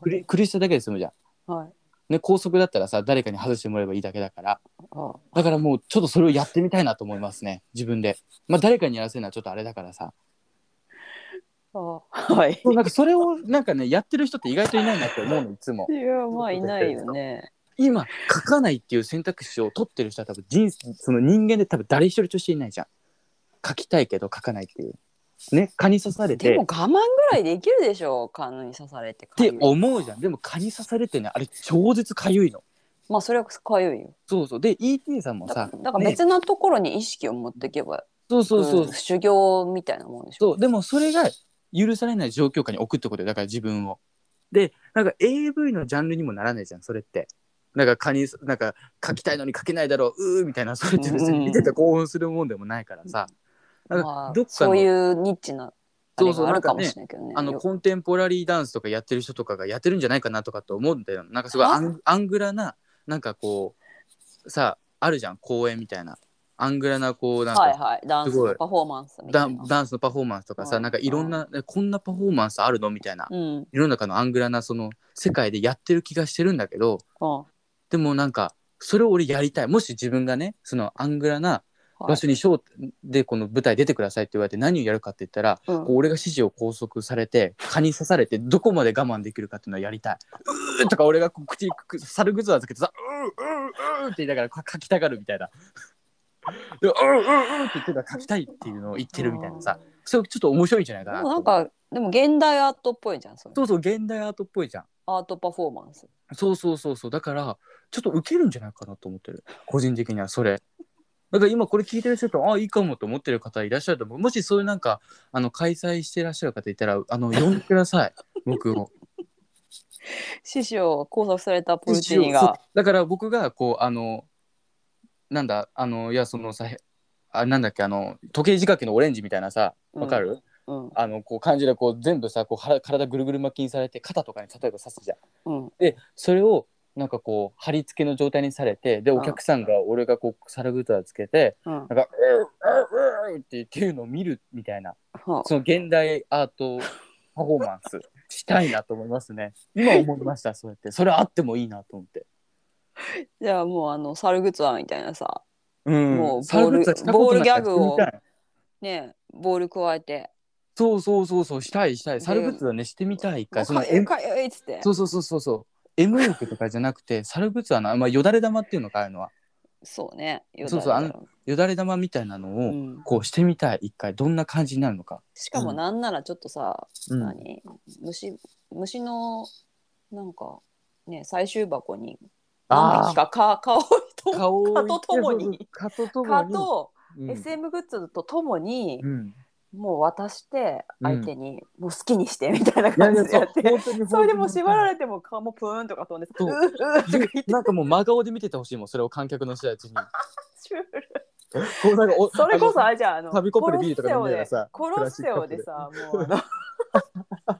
Speaker 1: 苦し苦しさだけで済むじゃん、
Speaker 2: はい
Speaker 1: ね、拘束だったらさ誰かに外してもらえばいいだけだから
Speaker 2: あ
Speaker 1: だからもうちょっとそれをやってみたいなと思いますね自分でまあ誰かにやらせるのはちょっとあれだからさ
Speaker 2: あはい
Speaker 1: そうなんかそれをなんかねやってる人って意外といないなって思うのいつも
Speaker 2: いやまあいないよね
Speaker 1: 今書かないっていう選択肢を取ってる人は多分人生その人間で多分誰一人としていないじゃん書きたいけど書かないっていうね蚊に刺されて
Speaker 2: でも
Speaker 1: っ
Speaker 2: 我慢ぐらいできるでしょカヌに刺されて
Speaker 1: て思うじゃんでも蚊に刺されてねあれ超絶かゆいの
Speaker 2: まあそれはかゆいよ
Speaker 1: そうそうで ET さんも
Speaker 2: だ
Speaker 1: さ
Speaker 2: だから別のところに意識を持っていけば、
Speaker 1: そうそうそう、
Speaker 2: ん修行みたいなもんでし
Speaker 1: そ
Speaker 2: ょ
Speaker 1: うでもそれが許されない状況下に置くってことよだから自分をでなんか AV のジャンルにもならないじゃんそれってなんか蚊になんか書きたいのに書けないだろううーみたいなそれって別に見てて興奮するもんでもないからさ、なん
Speaker 2: ま
Speaker 1: か
Speaker 2: あ
Speaker 1: どっか
Speaker 2: そ
Speaker 1: の
Speaker 2: ういうニッチなあれ
Speaker 1: そうそう
Speaker 2: があるかもしれないけどね
Speaker 1: あの
Speaker 2: よ
Speaker 1: コンテンポラリーダンスとかやってる人とかがやってるんじゃないかなとかと思うんだよなんかすごいアンアングラななんかこうさあるじゃん公演みたいなアングラなこうなんか、
Speaker 2: はいはいダンス
Speaker 1: すごい
Speaker 2: のパフォーマンスみた
Speaker 1: ダ
Speaker 2: い
Speaker 1: ン
Speaker 2: な
Speaker 1: ダンスのパフォーマンスとかさ、
Speaker 2: うん
Speaker 1: なんかいろんな、えこんなパフォーマンスあるのみたいな、
Speaker 2: うんうん
Speaker 1: 世の中のアングラなその世界でやってる気がしてるんだけど
Speaker 2: は
Speaker 1: でもなんかそれを俺やりたいもし自分がねそのアングラない場所にショーでこの舞台出てくださいって言われて何をやるかって言ったら
Speaker 2: うん
Speaker 1: こう俺が指示を拘束されて蚊に刺されてどこまで我慢できるかっていうのをやりたい。うーとか俺がこう口にくく猿ぐずわつけてさ「うーうーうー」って言いながらか書きたがるみたいな。でうんうんうんって言ってたら書きたいっていうのを言ってるみたいなさそれちょっと面白いんじゃないか
Speaker 3: で
Speaker 1: な
Speaker 3: もなんかでも現代アートっぽいじゃんそれ
Speaker 1: そうそう現代アートっぽいじゃん
Speaker 3: アートパフォーマンス
Speaker 1: そうそうそうそうだからちょっとウケるんじゃないかなと思ってる個人的にはそれだから今これ聞いてる人とあいいかもと思ってる方いらっしゃると思うもしそういうなんかあの開催してらっしゃる方いたらあの呼んでくださ い僕を
Speaker 3: 師匠拘束されたポル
Speaker 1: 一
Speaker 3: チ
Speaker 1: 応
Speaker 3: ーニが
Speaker 1: そうだから僕がこうあのなんだあのいやそのさあなんだっけあの時計仕掛けのオレンジみたいなさわかる、
Speaker 3: うん
Speaker 1: あのこう感じでこう全部さこう腹体ぐるぐる巻きにされて肩とかに例えば刺すじゃん
Speaker 3: うん
Speaker 1: でそれをなんかこう貼り付けの状態にされてで
Speaker 3: うん
Speaker 1: お客さんが俺がこうサラブーターつけて
Speaker 3: うん
Speaker 1: なんか「うううう」ってっていうのを見るみたいな
Speaker 3: は
Speaker 1: その現代アートパフォーマン スしたいなと思いますね今思いましたそうやってそれあってもいいなと思って。
Speaker 3: じゃあもうあのサルグツアーみたいなさ
Speaker 1: うん
Speaker 3: もうボール
Speaker 1: サラブータしたことないから
Speaker 3: ボールギャグを
Speaker 1: してみたい
Speaker 3: ねえボール加えて
Speaker 1: そうそうそうそうしたいしたいサルブータねしてみた
Speaker 3: 「
Speaker 1: い一回そ
Speaker 3: か
Speaker 1: の
Speaker 3: ゆい
Speaker 1: M
Speaker 3: かゆい」っつって
Speaker 1: そうそうそうそうそう M 力とかじゃなくてサルブータのまあよだれ玉っていうのかああいうのは
Speaker 3: そうね
Speaker 1: そうそうあのよだれ玉みたいなのを、
Speaker 3: うん
Speaker 1: こうしてみたい一回どんな感じになるのか。
Speaker 3: しかもなんならちょっとさ、
Speaker 1: うん
Speaker 3: 何虫虫のなんかね最終箱に何匹かか顔と
Speaker 1: 顔を
Speaker 3: 蚊と共に
Speaker 1: 蚊とと
Speaker 3: 蚊
Speaker 1: も
Speaker 3: と
Speaker 1: に。
Speaker 3: SM グッズとともに
Speaker 1: う、ん。
Speaker 3: もう渡して
Speaker 1: うん
Speaker 3: 相手に、もう好きにしてみたいない
Speaker 1: や
Speaker 3: 感
Speaker 1: い
Speaker 3: じで や
Speaker 1: やそう
Speaker 3: って。
Speaker 1: 本当に
Speaker 3: それでもう縛ら
Speaker 1: れ
Speaker 3: れても顔もプーンとか飛んで
Speaker 1: そう
Speaker 3: うううとか言って
Speaker 1: なんかもう真顔で見ててほしいもんそれを観客の人たち に。
Speaker 3: シュール
Speaker 1: こうなんかお
Speaker 3: それこそ
Speaker 1: あ
Speaker 3: あれじゃああの
Speaker 1: 紙コップでビールとか飲みながらさ
Speaker 3: コロッセオでさもうあ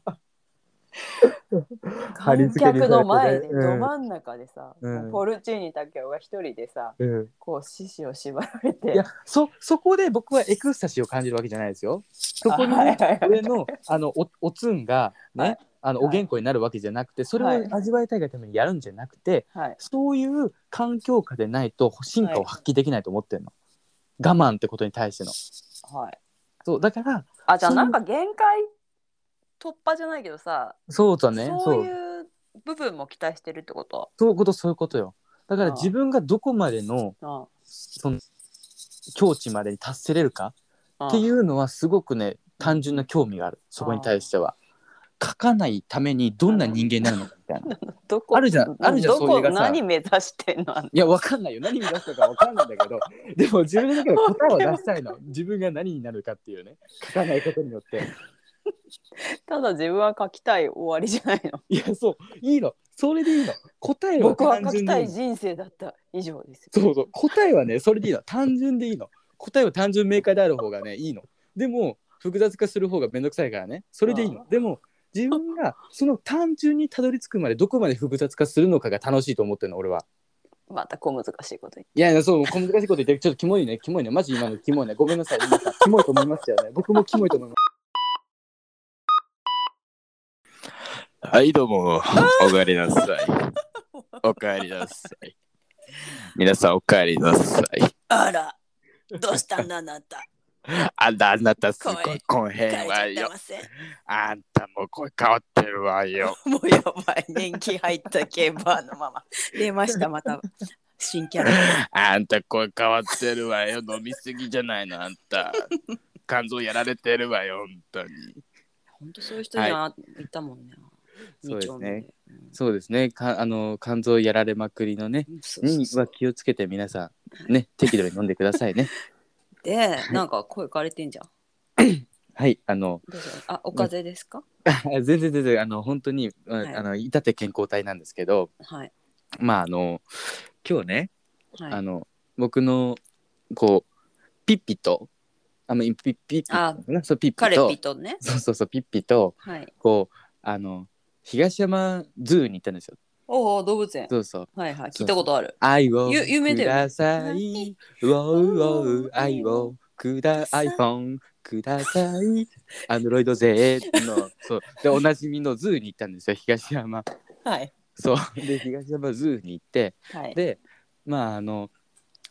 Speaker 3: の
Speaker 1: 貼り
Speaker 3: 観
Speaker 1: 付けにされてね
Speaker 3: 客の前で
Speaker 1: うん
Speaker 3: ど真ん中でさ、
Speaker 1: うん
Speaker 3: もうポルチーニ竹雄が一人でさ
Speaker 1: のうん
Speaker 3: こう獅子を縛られ
Speaker 1: い
Speaker 3: て
Speaker 1: やそそこで僕はエクスタシーを感じるわけじゃないですよ。そこに
Speaker 3: はい
Speaker 1: ね
Speaker 3: はいはい
Speaker 1: 俺のあのおおつんがね、
Speaker 3: はい
Speaker 1: あのおげんこになるわけじゃなくてそれ
Speaker 3: はい
Speaker 1: を味わいたいがためにやるんじゃなくて、
Speaker 3: はい
Speaker 1: そういう環境下でないと進化を発揮できないと思ってるの、我慢ってことに対しての
Speaker 3: はい
Speaker 1: そうだから
Speaker 3: あじゃあ
Speaker 1: その
Speaker 3: なんか限界突破じゃないけどさ、
Speaker 1: そうだね
Speaker 3: そ
Speaker 1: そうう
Speaker 3: いう部分も期待してるってこと、
Speaker 1: そういうことそういうことよだから
Speaker 3: ああ
Speaker 1: 自分がどこまでの
Speaker 3: うん
Speaker 1: その境地までに達せれるか
Speaker 3: うん、
Speaker 1: っていううのはすごくね単純な興味があるそこに対しては書かないためにどんな人間になるのかみたいな
Speaker 3: どこ
Speaker 1: あるじゃんあるじゃん
Speaker 3: ど
Speaker 1: そうい
Speaker 3: こ
Speaker 1: う映画さ
Speaker 3: 何目指してんのあの
Speaker 1: いやわかんないよ何に出したかわかんないんだけどでも自分の中で答えを出したいの自分が何になるかっていうね書かないことによって
Speaker 3: ただ自分は書きたい終わりじゃないの
Speaker 1: いや、そう、いいの。それでいいの。答 えは
Speaker 3: 僕は
Speaker 1: 単
Speaker 3: 書き
Speaker 1: 純
Speaker 3: た
Speaker 1: でいい
Speaker 3: い
Speaker 1: の。
Speaker 3: 人生だった以上です
Speaker 1: そうそう。答えはね、それでいいの。単純でいいの。答えは単純明快である方がね、いいの。でも、複雑化する方がめんどくさいからね。それでいいの。でも、自分がその単純にたどり着くまでどこまで複雑化するのかが楽しいと思ってるの、俺は。
Speaker 3: また小難しいこと言って
Speaker 1: いやいや、そう、小難しいこと言って、ちょっとキモいね、キモいね。マジ今のキモいね。ごめんなさい。皆さんキモいと思いますよね。僕もキモいと思います。はい、どうも。おかえりなさ い。おかえりなさい。皆さん、おかえりなさい。
Speaker 2: あら、どうしたんだあなた。
Speaker 1: あんた、あなた、す
Speaker 2: ごい
Speaker 1: こん
Speaker 2: 疲
Speaker 1: へ
Speaker 2: れちゃってません。
Speaker 1: あんたも声変わってるわよ。
Speaker 2: もうやばい。年季入ったケーバーのまま。出ました、また。新キャラ。
Speaker 1: あんた声変わってるわよ。飲みすぎじゃないの、あんた。肝臓やられてるわよ、本当に。
Speaker 2: 本当そういう人にはいたもんね。
Speaker 1: そうですね
Speaker 2: 二丁目で。
Speaker 1: そうですね。かあの肝臓やられまくりのね、
Speaker 2: うんそうそう
Speaker 1: に
Speaker 2: そう
Speaker 1: は気をつけて皆さんね適度に飲んでくださいね。
Speaker 2: で、なんか声かれてんじゃん。
Speaker 1: はい、あの
Speaker 2: どうぞあ、お風邪ですか
Speaker 1: 全然全然あの本当に、うん
Speaker 2: はい
Speaker 1: あの至って健康体なんですけど、
Speaker 2: はい。
Speaker 1: まああの今日ね、
Speaker 2: は
Speaker 1: あ
Speaker 2: い。
Speaker 1: の僕のこうピッピとあのピッピピッピ
Speaker 2: あ
Speaker 1: かなそうピッ
Speaker 2: カ
Speaker 1: ピ
Speaker 2: レ
Speaker 1: と
Speaker 2: ピとね。
Speaker 1: そうそうそうピッピと
Speaker 2: はい。
Speaker 1: こうあの東山ズーに行ったんですよ。
Speaker 2: おお、動物園。
Speaker 1: そうそう。
Speaker 2: はいはい。聞いたことある。
Speaker 1: 愛を
Speaker 2: ゆ有名
Speaker 1: く
Speaker 2: だよね
Speaker 1: ださい。ウォウウォウ愛をくだ iPhone くださ い。アンドロイド勢のそうでおなじみのズーに行ったんですよ東山。
Speaker 2: はい。
Speaker 1: そうで東山ズーに行って
Speaker 2: はい。
Speaker 1: でまああの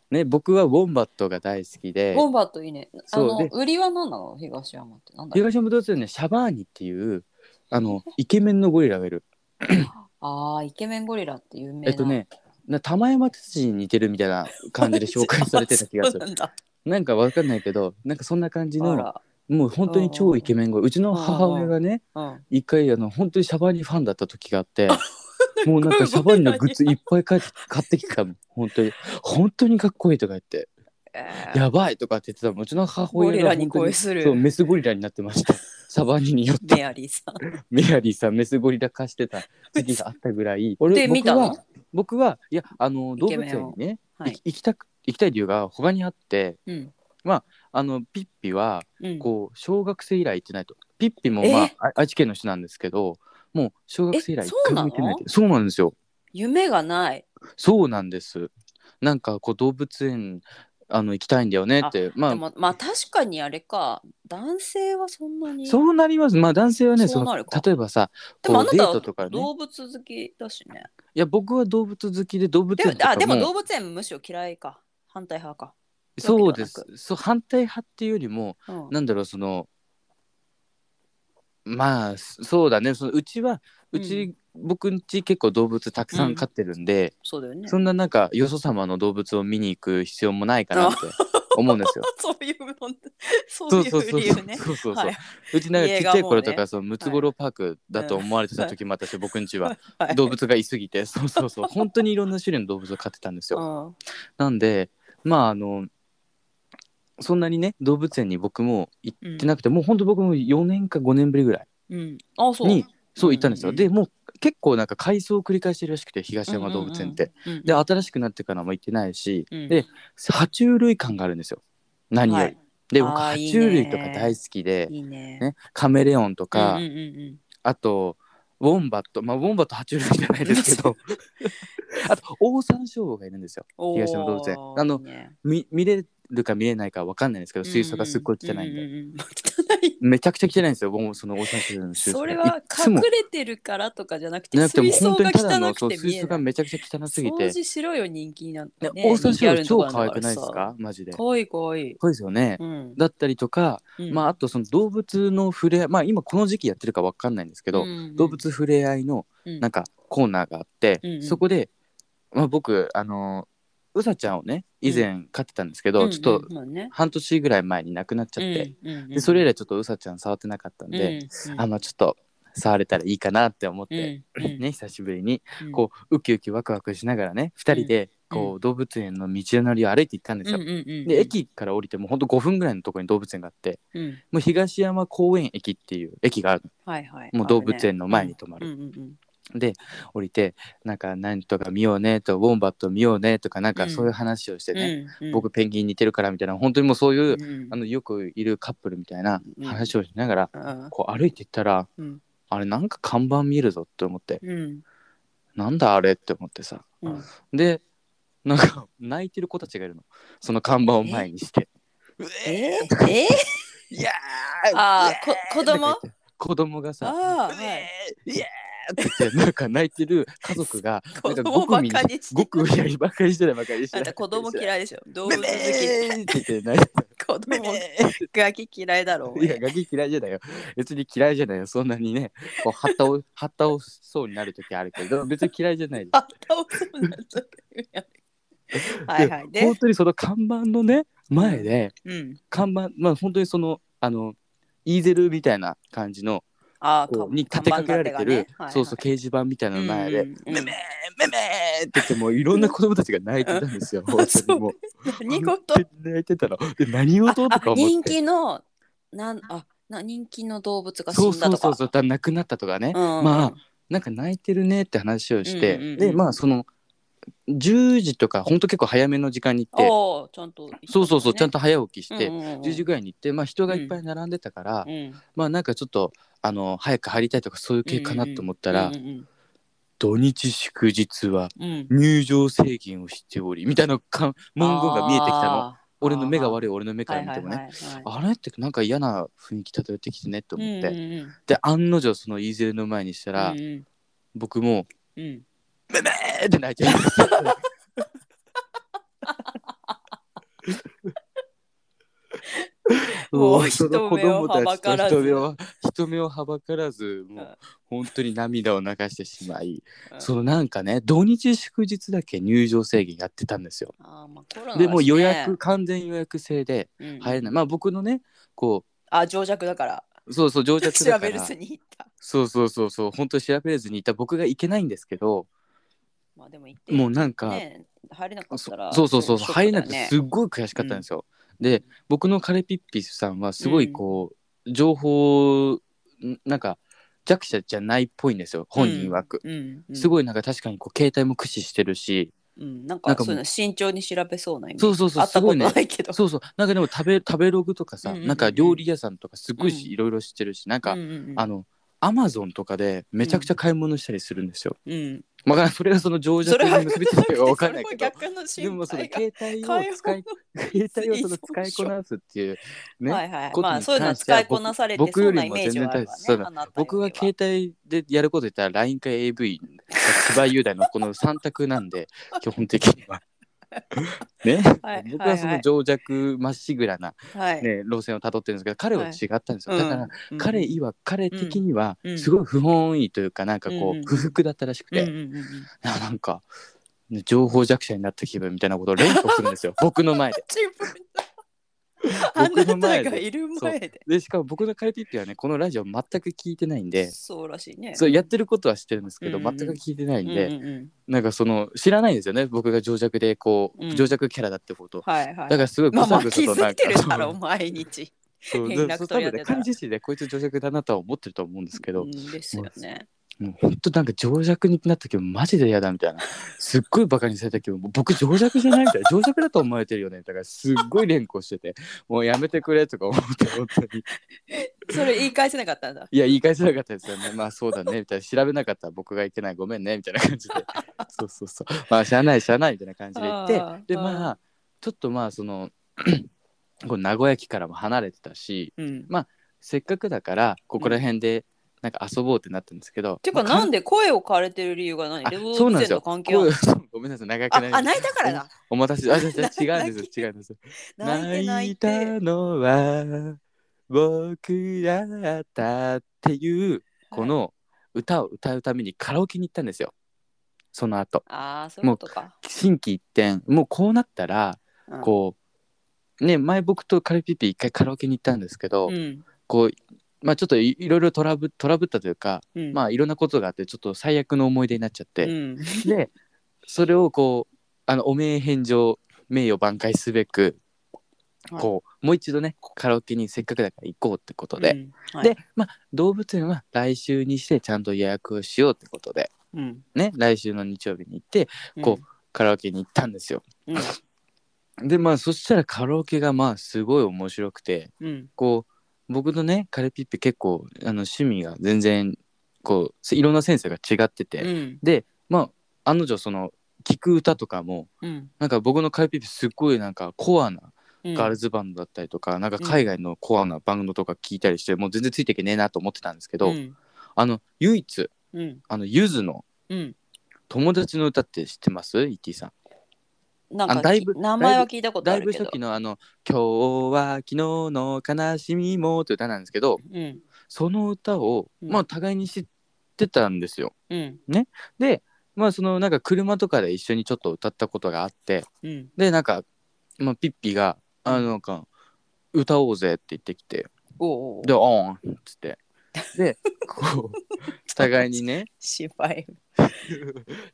Speaker 1: ね僕はウォンバットが大好きで
Speaker 2: ボンバットいいね。あ
Speaker 1: そう
Speaker 2: の、
Speaker 1: で
Speaker 2: 売りは何なの東山って。なんだろう
Speaker 1: 東山動物園ねシャバーニっていうあのイケメンのゴリラがいる。
Speaker 2: ああ、イケメンゴリラって有名な。
Speaker 1: えっとねな玉山哲司に似てるみたいな感じで紹介されてた気がす
Speaker 2: そう
Speaker 1: る
Speaker 2: なんだ
Speaker 1: なんかわかんないけどなんかそんな感じ
Speaker 3: あ
Speaker 1: の
Speaker 3: ら、
Speaker 1: もう本当に超イケメンがうちの母親がね
Speaker 3: うん、
Speaker 1: 一回あの本当にシャバニファンだった時があってもうなんかシャバニのグッズいっぱい買って買ってきたもん本当に本当にかっこいいとか言って
Speaker 3: えー
Speaker 1: やばいとかって言ってたもんうちの母
Speaker 3: ゴリ
Speaker 1: 親が
Speaker 3: ラ
Speaker 1: 本当
Speaker 3: に恋する
Speaker 1: そうメスゴリラになってま したシャバニによって
Speaker 2: メアリーさん。
Speaker 1: メアリーさんメスゴリラ化してた時期があったぐらい俺
Speaker 2: で見たの
Speaker 1: 僕は僕はいやあの動
Speaker 2: イケ
Speaker 1: 物
Speaker 2: メンを
Speaker 1: 園にね、
Speaker 2: はい
Speaker 1: い行きたく行きたい理由が他にあって
Speaker 2: うん。
Speaker 1: あのピッピは
Speaker 2: うん、
Speaker 1: こう小学生以来行ってないとピッピも
Speaker 2: え
Speaker 1: まああ愛知県の人なんですけどもう小学生以来
Speaker 2: え
Speaker 1: 一回も行ってないってそうなんですよ
Speaker 2: 夢がない。
Speaker 1: そうなんですなんかこう動物園あの行きたいんだよねってま
Speaker 2: で
Speaker 1: あ
Speaker 2: もまあ確かにあれか男性はそんなに。
Speaker 1: そうなりますまあ男性はね
Speaker 2: そ
Speaker 1: そう
Speaker 2: な
Speaker 1: の
Speaker 2: るか
Speaker 1: 例えばさ
Speaker 2: でもあ
Speaker 1: こ
Speaker 2: な
Speaker 1: うデ
Speaker 2: た
Speaker 1: ー
Speaker 2: は
Speaker 1: トとかね
Speaker 2: 動物好きだしね。
Speaker 1: いや僕は動物好きで動物
Speaker 2: でも
Speaker 1: 園とか
Speaker 2: あ
Speaker 1: も
Speaker 2: でも動物園むしろ嫌いか反対派か。
Speaker 1: そうで
Speaker 2: わ
Speaker 1: す
Speaker 2: け
Speaker 1: そう反対派っていうよりも
Speaker 2: うん、
Speaker 1: なんだろうそのまあそそうだねそのうちはうち、僕んち結構動物たくさん飼ってるんで、
Speaker 2: そうだよね。
Speaker 1: そんななんかよそ様の動物を見に行く必要もないかなって思うんですよ。
Speaker 2: そういうの そ
Speaker 1: そううそう
Speaker 2: い
Speaker 1: そうう
Speaker 2: 理
Speaker 1: そう
Speaker 2: 由ね。
Speaker 1: そうそう、
Speaker 2: はいう
Speaker 1: ちなんかちっちゃい頃と
Speaker 2: 家がもう
Speaker 1: か、そのムツゴロウパークだと思われてた時もあったし、僕んちは
Speaker 2: はい
Speaker 1: 動物がいすぎて、そうそうそう本当にいろんな種類の動物を飼ってたんですよ。
Speaker 2: うん
Speaker 1: なんでまああのそんなにね動物園に僕も行ってなくて、もう本当僕も4年か5年ぶりぐらい
Speaker 2: うん、あそう。
Speaker 1: にそう行ったんですよ、
Speaker 2: うん
Speaker 1: でもう結構なんか改装を繰り返してるらしくて東山動物園って、
Speaker 2: うんうんうん、
Speaker 1: で新しくなってからも行ってないし、
Speaker 2: うん
Speaker 1: で爬虫類感があるんですよ何より、
Speaker 2: はい
Speaker 1: で僕
Speaker 2: あー
Speaker 1: 爬
Speaker 2: いい
Speaker 1: 虫
Speaker 2: ね
Speaker 1: 類とか大好きで
Speaker 2: いいね。
Speaker 1: ね、カメレオンとか、
Speaker 2: うんうんうん
Speaker 1: あとウォンバットまあウォンバット爬虫類じゃないです けどあとオオサンショウウオがいるんですよ
Speaker 2: うん、
Speaker 1: 東山動物園
Speaker 2: おー
Speaker 1: あの
Speaker 2: いいね
Speaker 1: 見見れるか見れないかわかんないんですけど水槽がすっごい汚いんで、
Speaker 2: うんうんうんうん汚い
Speaker 1: めちゃくちゃ汚いんですよもうそのオーシャンシーズンの水槽
Speaker 2: そ
Speaker 1: が
Speaker 2: れはい
Speaker 1: っつ
Speaker 2: 隠
Speaker 1: も
Speaker 2: れてるからとかじゃなくて
Speaker 1: じゃなくても
Speaker 2: 水
Speaker 1: う
Speaker 2: 槽
Speaker 1: 本当
Speaker 2: が
Speaker 1: にただの
Speaker 2: 汚
Speaker 1: そう
Speaker 2: くて見
Speaker 1: 水
Speaker 2: え
Speaker 1: 槽
Speaker 2: な
Speaker 1: が
Speaker 2: い
Speaker 1: めちゃくちゃ汚すぎ
Speaker 2: 掃
Speaker 1: て、
Speaker 2: 除しろよ人気なん
Speaker 1: ね
Speaker 2: て、ね
Speaker 1: オーシャンシーズン超
Speaker 2: 人気
Speaker 1: 可
Speaker 2: ある
Speaker 1: 愛く
Speaker 2: んだら
Speaker 1: ないで
Speaker 2: さ
Speaker 1: すかマジでか
Speaker 2: かわいいかわいい、
Speaker 1: わいいですよね、
Speaker 2: うん
Speaker 1: だったりとか、まああとその動物の触れ合いまあ今この時期やってるかわかんないんですけど、動物触れ合いのなん
Speaker 2: か
Speaker 1: かコーナーがあって、
Speaker 2: うんうん
Speaker 1: そこで、まあ、僕あのうさちゃんをね以前飼ってたんですけど、ちょっと半年ぐらい前に亡くなっちゃって、でそれ以来ちょっとうさちゃん触ってなかったんで、あまあちょっと触れたらいいかなって思って、ね久しぶりにこうウキウキワクワクしながらね2人でこう動物園の道のりを歩いて行ったんですよ。で駅から降りてもほんと5分ぐらいのところに動物園があってもう東山公園駅っていう駅があるもう動物園の前に泊まる。で降りてなんか何とか見ようねとウォンバット見ようねとかなんかそういう話をしてね、僕ペンギン似てるからみたいな本当にもうそういう、あのよくいるカップルみたいな話をしながら、こう歩いていったら、
Speaker 2: うん
Speaker 1: あれなんか看板見えるぞって思ってなんだあれって思ってさでなんか泣いてる子たちがいるのその看板を前にして「うえ
Speaker 2: え
Speaker 1: ーいやー
Speaker 2: あ
Speaker 1: いやー
Speaker 2: こ子供
Speaker 1: とか言って子供がさ
Speaker 2: あ
Speaker 1: 「うえーいやーって言ってなんか泣いてる家族がなんかご
Speaker 2: 子供
Speaker 1: く
Speaker 2: ば
Speaker 1: み
Speaker 2: かりして
Speaker 1: ごくやりばかりしてないばかりして
Speaker 2: あん
Speaker 1: な
Speaker 2: た
Speaker 1: い
Speaker 2: 子供
Speaker 1: い
Speaker 2: 嫌いでしょ動
Speaker 1: め
Speaker 2: 物好
Speaker 1: め
Speaker 2: き
Speaker 1: ーって言って泣いて
Speaker 2: 子
Speaker 1: め
Speaker 2: 供
Speaker 1: め
Speaker 2: ガキ嫌いだろう
Speaker 1: いや、ガキ嫌いじゃないよ。別に嫌いじゃないよ。そんなにね、こう、はったを、 はったをそうになる時あるけど、別に嫌いじゃないよ。
Speaker 2: あ倒そうなっちゃうはいはい
Speaker 1: で
Speaker 2: で
Speaker 1: 本当にその看板のね、前で、
Speaker 2: うん
Speaker 1: 看板、まあ、本当にその、あの、イーゼルみたいな感じの、
Speaker 2: あ
Speaker 1: こうに立てかけられてる、そうそう、掲示板みたいなの前で、めめーめめーって言って、もういろんな子供たちが泣いてたんですよ。本当にもう。
Speaker 2: 何事
Speaker 1: 本当に泣いてたの。で、何事とか
Speaker 2: あ
Speaker 1: 思って。
Speaker 2: 人気のなんあな人気の動物が死
Speaker 1: そうん
Speaker 2: だ
Speaker 1: そう
Speaker 2: と
Speaker 1: そ
Speaker 2: か
Speaker 1: うそう、だ亡くなったとかね。まあなんか泣いてるねって話をして、
Speaker 2: うんうんうん
Speaker 1: でまあその10時とかほんと結構早めの時間に行って
Speaker 2: おちゃんと、
Speaker 1: そうそうそうちゃん
Speaker 2: と
Speaker 1: と早起きして、10
Speaker 2: 10
Speaker 1: 時ぐらいに行ってまあ人がいっぱい並んでたから、
Speaker 2: うん、
Speaker 1: まあなんかちょっとあの早く入りたいとかそういう系かなと思ったら、
Speaker 2: うんうん
Speaker 1: 土日祝日は
Speaker 2: うんうん、
Speaker 1: 入場制限をしておりみたいなかん文言が見えてきたの
Speaker 2: あー
Speaker 1: 俺の目が悪い俺の目から見てもね、
Speaker 2: はいはいはいはい
Speaker 1: あれってなんか嫌な雰囲気漂ってきてねと思って、
Speaker 2: うんうんうん
Speaker 1: で案の定そのイーゼルの前にしたら、
Speaker 2: うんうん
Speaker 1: 僕も
Speaker 2: うん
Speaker 1: めめーって泣いて る。
Speaker 2: もう
Speaker 1: その
Speaker 2: 人目をはばからず
Speaker 1: 子供たちと人目を人目をはばからずもう本当に涙を流してしまい
Speaker 2: うん
Speaker 1: そのなんかね土日祝日だけ入場制限やってたんですよ。
Speaker 2: あーまあコロナだしね
Speaker 1: でもう予約、、完全予約制で
Speaker 2: うん
Speaker 1: 入れないまあ僕のねこ
Speaker 3: あ、情弱だから。
Speaker 1: うそうそう情弱
Speaker 3: 調
Speaker 1: だか
Speaker 3: べる
Speaker 1: ら
Speaker 3: ずに行った。
Speaker 1: そうそうそうそう本当に調べれずにいた僕が行けないんですけど
Speaker 2: まあでも行って
Speaker 1: もうなんか、
Speaker 2: ね入れなかった
Speaker 1: そ
Speaker 2: ら
Speaker 1: そうそうそう
Speaker 2: シ
Speaker 1: そう、
Speaker 2: ョッ
Speaker 1: 入
Speaker 2: クだよ
Speaker 1: れなくて
Speaker 2: ね
Speaker 1: すっごい悔しかったんですよ。で僕のカレピッピさんはすごいこう、情報んなんか弱者じゃないっぽいんですよ本人曰く、
Speaker 2: うんうん、
Speaker 1: す
Speaker 2: い、
Speaker 1: ごいなんか確かにこう携帯も駆使してるし、
Speaker 2: うん、な
Speaker 1: な
Speaker 2: んか
Speaker 1: んかもう
Speaker 2: そういうの慎重に調べそうなイメージ
Speaker 1: そうそうそう
Speaker 2: あった
Speaker 1: すご
Speaker 2: こと
Speaker 1: いね
Speaker 2: ないけど
Speaker 1: そうそうなんかでも食べ食べログとかさ、
Speaker 2: うんうんうんうん
Speaker 1: なんか料理屋さんとかすごいし、
Speaker 2: うん
Speaker 1: いろいろ知ってるしなんか、
Speaker 2: うんうんうん
Speaker 1: あのアマゾンとかでめちゃくちゃ買い物したりするんですよ。
Speaker 2: うん、
Speaker 1: まあそれがその情
Speaker 3: そ
Speaker 1: 弱
Speaker 3: れ
Speaker 1: に
Speaker 3: は
Speaker 1: 結びついてるかわかんないけ ど。
Speaker 3: それも逆の心配
Speaker 1: で
Speaker 3: が
Speaker 1: もその携帯
Speaker 3: 解
Speaker 1: を
Speaker 3: 放
Speaker 1: 使い携帯をその
Speaker 3: 依存
Speaker 1: 使い
Speaker 3: 症
Speaker 1: こなすっていうね、
Speaker 2: はいはい
Speaker 1: ことに
Speaker 2: まあそういうのは
Speaker 1: 関しては
Speaker 2: 使いこなされて
Speaker 1: 僕
Speaker 2: そう
Speaker 1: 僕よ
Speaker 2: な
Speaker 1: り
Speaker 2: イ
Speaker 1: も
Speaker 2: メージはある
Speaker 1: 全
Speaker 2: わ
Speaker 1: 然大そう
Speaker 2: ね
Speaker 1: だ
Speaker 2: あなたより
Speaker 1: 僕は携帯でやること言ったら LINE か AV 千葉雄大のこの3択なん で基本的には。ね、
Speaker 3: はい
Speaker 1: 僕はその情弱まっしぐらな、
Speaker 3: はい
Speaker 1: ね路線をたどってるんですけど彼は違ったんですよ、だから、
Speaker 2: うん
Speaker 1: 彼いわ彼的には
Speaker 2: うん
Speaker 1: すごい不本意というかなんかこ
Speaker 2: うんうん
Speaker 1: う不服だったらしくて、
Speaker 2: うんうんうんうん
Speaker 1: ななんかね情報弱者になった気分みたいなことを連呼するん ですよ僕の前で。
Speaker 3: 自分
Speaker 1: 僕
Speaker 3: のあ
Speaker 1: の
Speaker 3: な
Speaker 1: 前
Speaker 3: たが
Speaker 1: で
Speaker 3: いる前で
Speaker 1: でしかも僕の彼ピッピはねこのラジオ全く聞いてないんで。
Speaker 2: そうらしいね
Speaker 1: そうやってることは知ってるんですけど、
Speaker 2: うんうん
Speaker 1: 全く聞いてないんで、
Speaker 2: うんうんうん
Speaker 1: なんかその知らないんですよね僕が情弱でこう、
Speaker 2: うん
Speaker 1: 情弱キャラだってことを
Speaker 2: はいはい
Speaker 1: だからすごい
Speaker 3: ま
Speaker 1: ぐ
Speaker 3: あま
Speaker 1: さ
Speaker 3: あ
Speaker 1: ぐ
Speaker 3: 気
Speaker 1: さとな
Speaker 3: づ
Speaker 1: ん
Speaker 3: い
Speaker 1: か
Speaker 3: てるだろう毎 日
Speaker 1: そう
Speaker 2: 連絡
Speaker 1: でそう多
Speaker 2: 取り
Speaker 1: 分
Speaker 2: 合って
Speaker 1: ね
Speaker 2: たら
Speaker 1: 彼自身でこいつ情弱だなとは思ってると思うんですけ
Speaker 2: う
Speaker 1: ど、
Speaker 2: んですよね
Speaker 1: もうほんとなんか情弱になった時もマジで嫌だみたいなすっごいバカにされた時ももう僕情弱じゃないみたいな情弱だと思われてるよねだからすっごい連呼しててもうやめてくれとか思って本当に
Speaker 3: それ言い返せなかったんだ
Speaker 1: いや言い返せなかったですよねまあそうだねみたいな調べなかったら僕がいけないごめんねみたいな感じでそうそうそうまあしゃあないしゃあないみたいな感じで言って
Speaker 3: あー
Speaker 1: で
Speaker 3: あー
Speaker 1: まあちょっとまあその こう名古屋駅からも離れてたし
Speaker 2: うん
Speaker 1: せっかくだからここら辺でなんか遊ぼうってなったんですけど、
Speaker 3: てか
Speaker 1: まあ
Speaker 3: なんで声を変えてる理由が何
Speaker 1: あ
Speaker 3: レボ
Speaker 1: そうなん
Speaker 3: ー
Speaker 1: で
Speaker 3: ゼ
Speaker 1: す
Speaker 3: ンと
Speaker 1: よ。
Speaker 3: 関係ある
Speaker 1: こ うごめんなさい、長く
Speaker 3: あ
Speaker 1: なりま
Speaker 3: あ
Speaker 1: した
Speaker 3: 泣いたからだ
Speaker 1: お待たせ、あ、じゃあじゃあ違う
Speaker 3: 泣
Speaker 1: んです
Speaker 3: き
Speaker 1: よ、違うんですよ。
Speaker 3: 泣いて泣いて
Speaker 1: 泣いたのは僕らだったっていうこの歌を歌うためにカラオケに行ったんですよ。その後、
Speaker 2: ああそういうことか
Speaker 1: 心機一転、もうこうなったら、
Speaker 2: うん
Speaker 1: こう、ね、前僕とカルピピ一回カラオケに行ったんですけど、
Speaker 2: うん
Speaker 1: こう、まあちょっといいろいろトラブトラブったというか、
Speaker 2: うん
Speaker 1: まあいろんなことがあってちょっと最悪の思い出になっちゃって、
Speaker 2: うん
Speaker 1: でそれをこうあの汚名返上名誉挽回すべく、
Speaker 2: はい
Speaker 1: こうもう一度ねカラオケにせっかくだから行こうってことで、
Speaker 2: うんはい
Speaker 1: で、まあ、動物園は来週にしてちゃんと予約をしようってことで
Speaker 2: うん
Speaker 1: ね来週の日曜日に行ってこカラオケに行ったんですよ。
Speaker 2: うん
Speaker 1: でまあそしたらカラオケがまあすごい面白くて
Speaker 2: うん
Speaker 1: こう僕のねカレピッピ結構あの趣味が全然こういろんな先生が違ってて、
Speaker 2: うん
Speaker 1: でまあ案の定その聴く歌とかも
Speaker 2: うん
Speaker 1: なんか僕のカイピーピすっごいなんかコアな
Speaker 2: うん
Speaker 1: ガールズバンドだったりとか、なんか海外のコアなバンドとか聞いたりして、もう全然ついていけねえなと思ってたんですけど、
Speaker 2: うん
Speaker 1: あの唯一
Speaker 2: うん
Speaker 1: あのゆずの
Speaker 2: うん
Speaker 1: 友達の歌って知ってますイティさん
Speaker 2: なんか
Speaker 1: あだいぶ
Speaker 2: き名前は聞いたこと
Speaker 1: だ
Speaker 2: あ
Speaker 1: い
Speaker 2: る
Speaker 1: ぶ
Speaker 2: けど
Speaker 1: 初期のあの「今日は昨日の悲しみも」って歌なんですけど
Speaker 2: うん
Speaker 1: その歌を、
Speaker 2: うん
Speaker 1: まあ互いに知ってたんですよ
Speaker 2: うん
Speaker 1: でまあそのなんか車とかで一緒にちょっと歌ったことがあって
Speaker 2: うん
Speaker 1: でなんか、まあ、ピッピが「あなんか歌おうぜ」って言ってきて
Speaker 2: おうおう
Speaker 1: で、おんっつって。で、こう、互いにね、
Speaker 2: 心配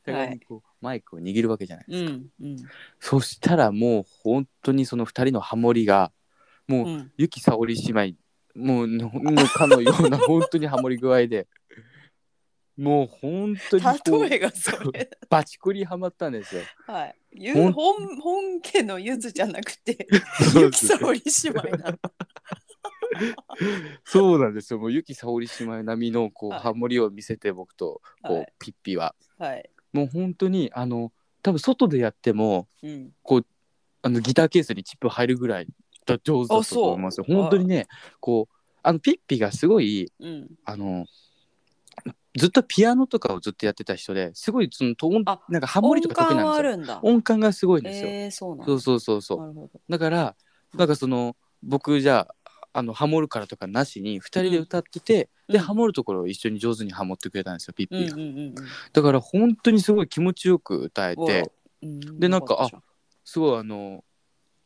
Speaker 1: 互いにこう、マイクを握るわけじゃない。
Speaker 2: うんうん
Speaker 1: そしたらもう、本当にその二人のハモリが、もう、
Speaker 2: うん
Speaker 1: ゆきさおり姉妹、もうの、のかのような、本当にハモリ具合で、もう本当に こ
Speaker 3: 例え
Speaker 1: う、
Speaker 3: がそれ
Speaker 1: バチコリハマったんですよ。
Speaker 3: はいゆ
Speaker 1: ほん
Speaker 3: 本本家のゆずじゃなくてゆきさおり姉妹なの
Speaker 1: そうなんですよ。もう、ゆきさおり姉妹並みの、こう、
Speaker 3: はい
Speaker 1: ハモリを見せて、僕と、こう、
Speaker 3: はい
Speaker 1: ピッピは。
Speaker 3: はい
Speaker 1: もう本当に、あの、多分外でやっても、
Speaker 2: うん
Speaker 1: あのギターケースにチップ入るぐらいだ上手だったと思いますよ。
Speaker 3: あそう
Speaker 1: 本当にね、こうあのピッピがすごい
Speaker 2: うん
Speaker 1: あのずっとピアノとかをずっとやってた人ですごいそのと音
Speaker 2: あ
Speaker 1: なんかハモリとか得意
Speaker 2: 音感は
Speaker 1: な
Speaker 2: あ
Speaker 1: んですよ。
Speaker 2: るんだ。
Speaker 1: 音感がすごいんですよ。
Speaker 2: えー、そうなん
Speaker 1: そ
Speaker 2: だ
Speaker 1: うそうそうそう。
Speaker 2: なるほど。
Speaker 1: だからなんかその僕じゃああのハモるからとかなしに2人で歌ってて、
Speaker 2: うん
Speaker 1: で
Speaker 2: うん
Speaker 1: ハモるところを一緒に上手にハモってくれたんですよピッピ
Speaker 2: うん
Speaker 1: ー
Speaker 2: う
Speaker 1: が、
Speaker 2: んうん
Speaker 1: だから本当にすごい気持ちよく歌え
Speaker 2: うん。
Speaker 1: て
Speaker 2: うん
Speaker 1: でなんか
Speaker 2: よったじ
Speaker 1: すごいあの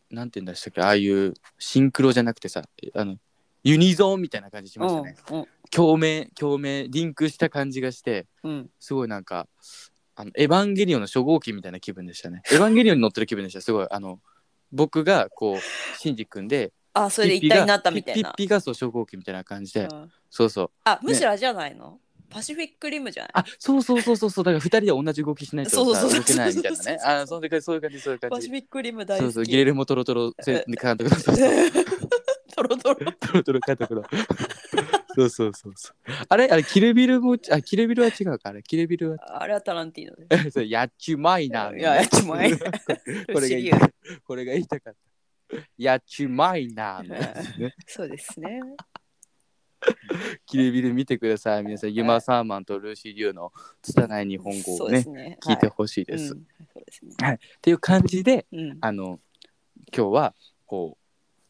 Speaker 1: なんて言うんでしたっけああいうシンクロじゃなくてさあのユニゾンみたいな感じし
Speaker 2: ゃ
Speaker 1: ま
Speaker 2: ん
Speaker 1: したね、共鳴共鳴リンクした感じがして
Speaker 2: うんうん
Speaker 1: すごいなんかあのエヴァンゲリオンの初号機みたいな気分でしたねエヴァンゲリオンに乗ってる気分でしたすごいあの僕がこうシンジ君で
Speaker 2: あそれで一体になったみたい
Speaker 1: ピッピが
Speaker 2: な
Speaker 1: ピッピがそう初号機みたいな感じで、
Speaker 2: うん
Speaker 1: そうそう
Speaker 2: あむしろあれじゃないのパシフィックリムじゃない
Speaker 1: あそうそうそうそうそうだから二人で同じ動きしないと
Speaker 2: そう
Speaker 1: さ
Speaker 2: そうそう
Speaker 1: 動けないみたいなね
Speaker 2: そうそうそう
Speaker 1: あそういう感じそういう感じそういう感
Speaker 2: パシ
Speaker 1: じ
Speaker 2: フィックリム大好き
Speaker 1: そうそうギレルモトロトロせ監督のそうそう
Speaker 2: トロトロ
Speaker 1: トロトロ監督のそうそうそうそうあれあれキルビルもあキルビルは違うかあれキルビルは
Speaker 2: あれはタランティーノで
Speaker 1: それやっちまいな。
Speaker 2: いややっちまい
Speaker 1: これが言い
Speaker 2: シリアル
Speaker 1: これが言いたかった。やっちまいな。ね
Speaker 2: すそうですね
Speaker 1: キルビル見てください。皆さん、ユマ・サーマンとルーシー・リュウの拙い日本語
Speaker 2: そ
Speaker 1: を
Speaker 2: うで
Speaker 1: ね、
Speaker 2: すね
Speaker 1: 聞いてほしいです、
Speaker 2: う
Speaker 1: っ
Speaker 2: んそうですね
Speaker 1: ていう感じで、
Speaker 2: うん
Speaker 1: あの、今日は、こ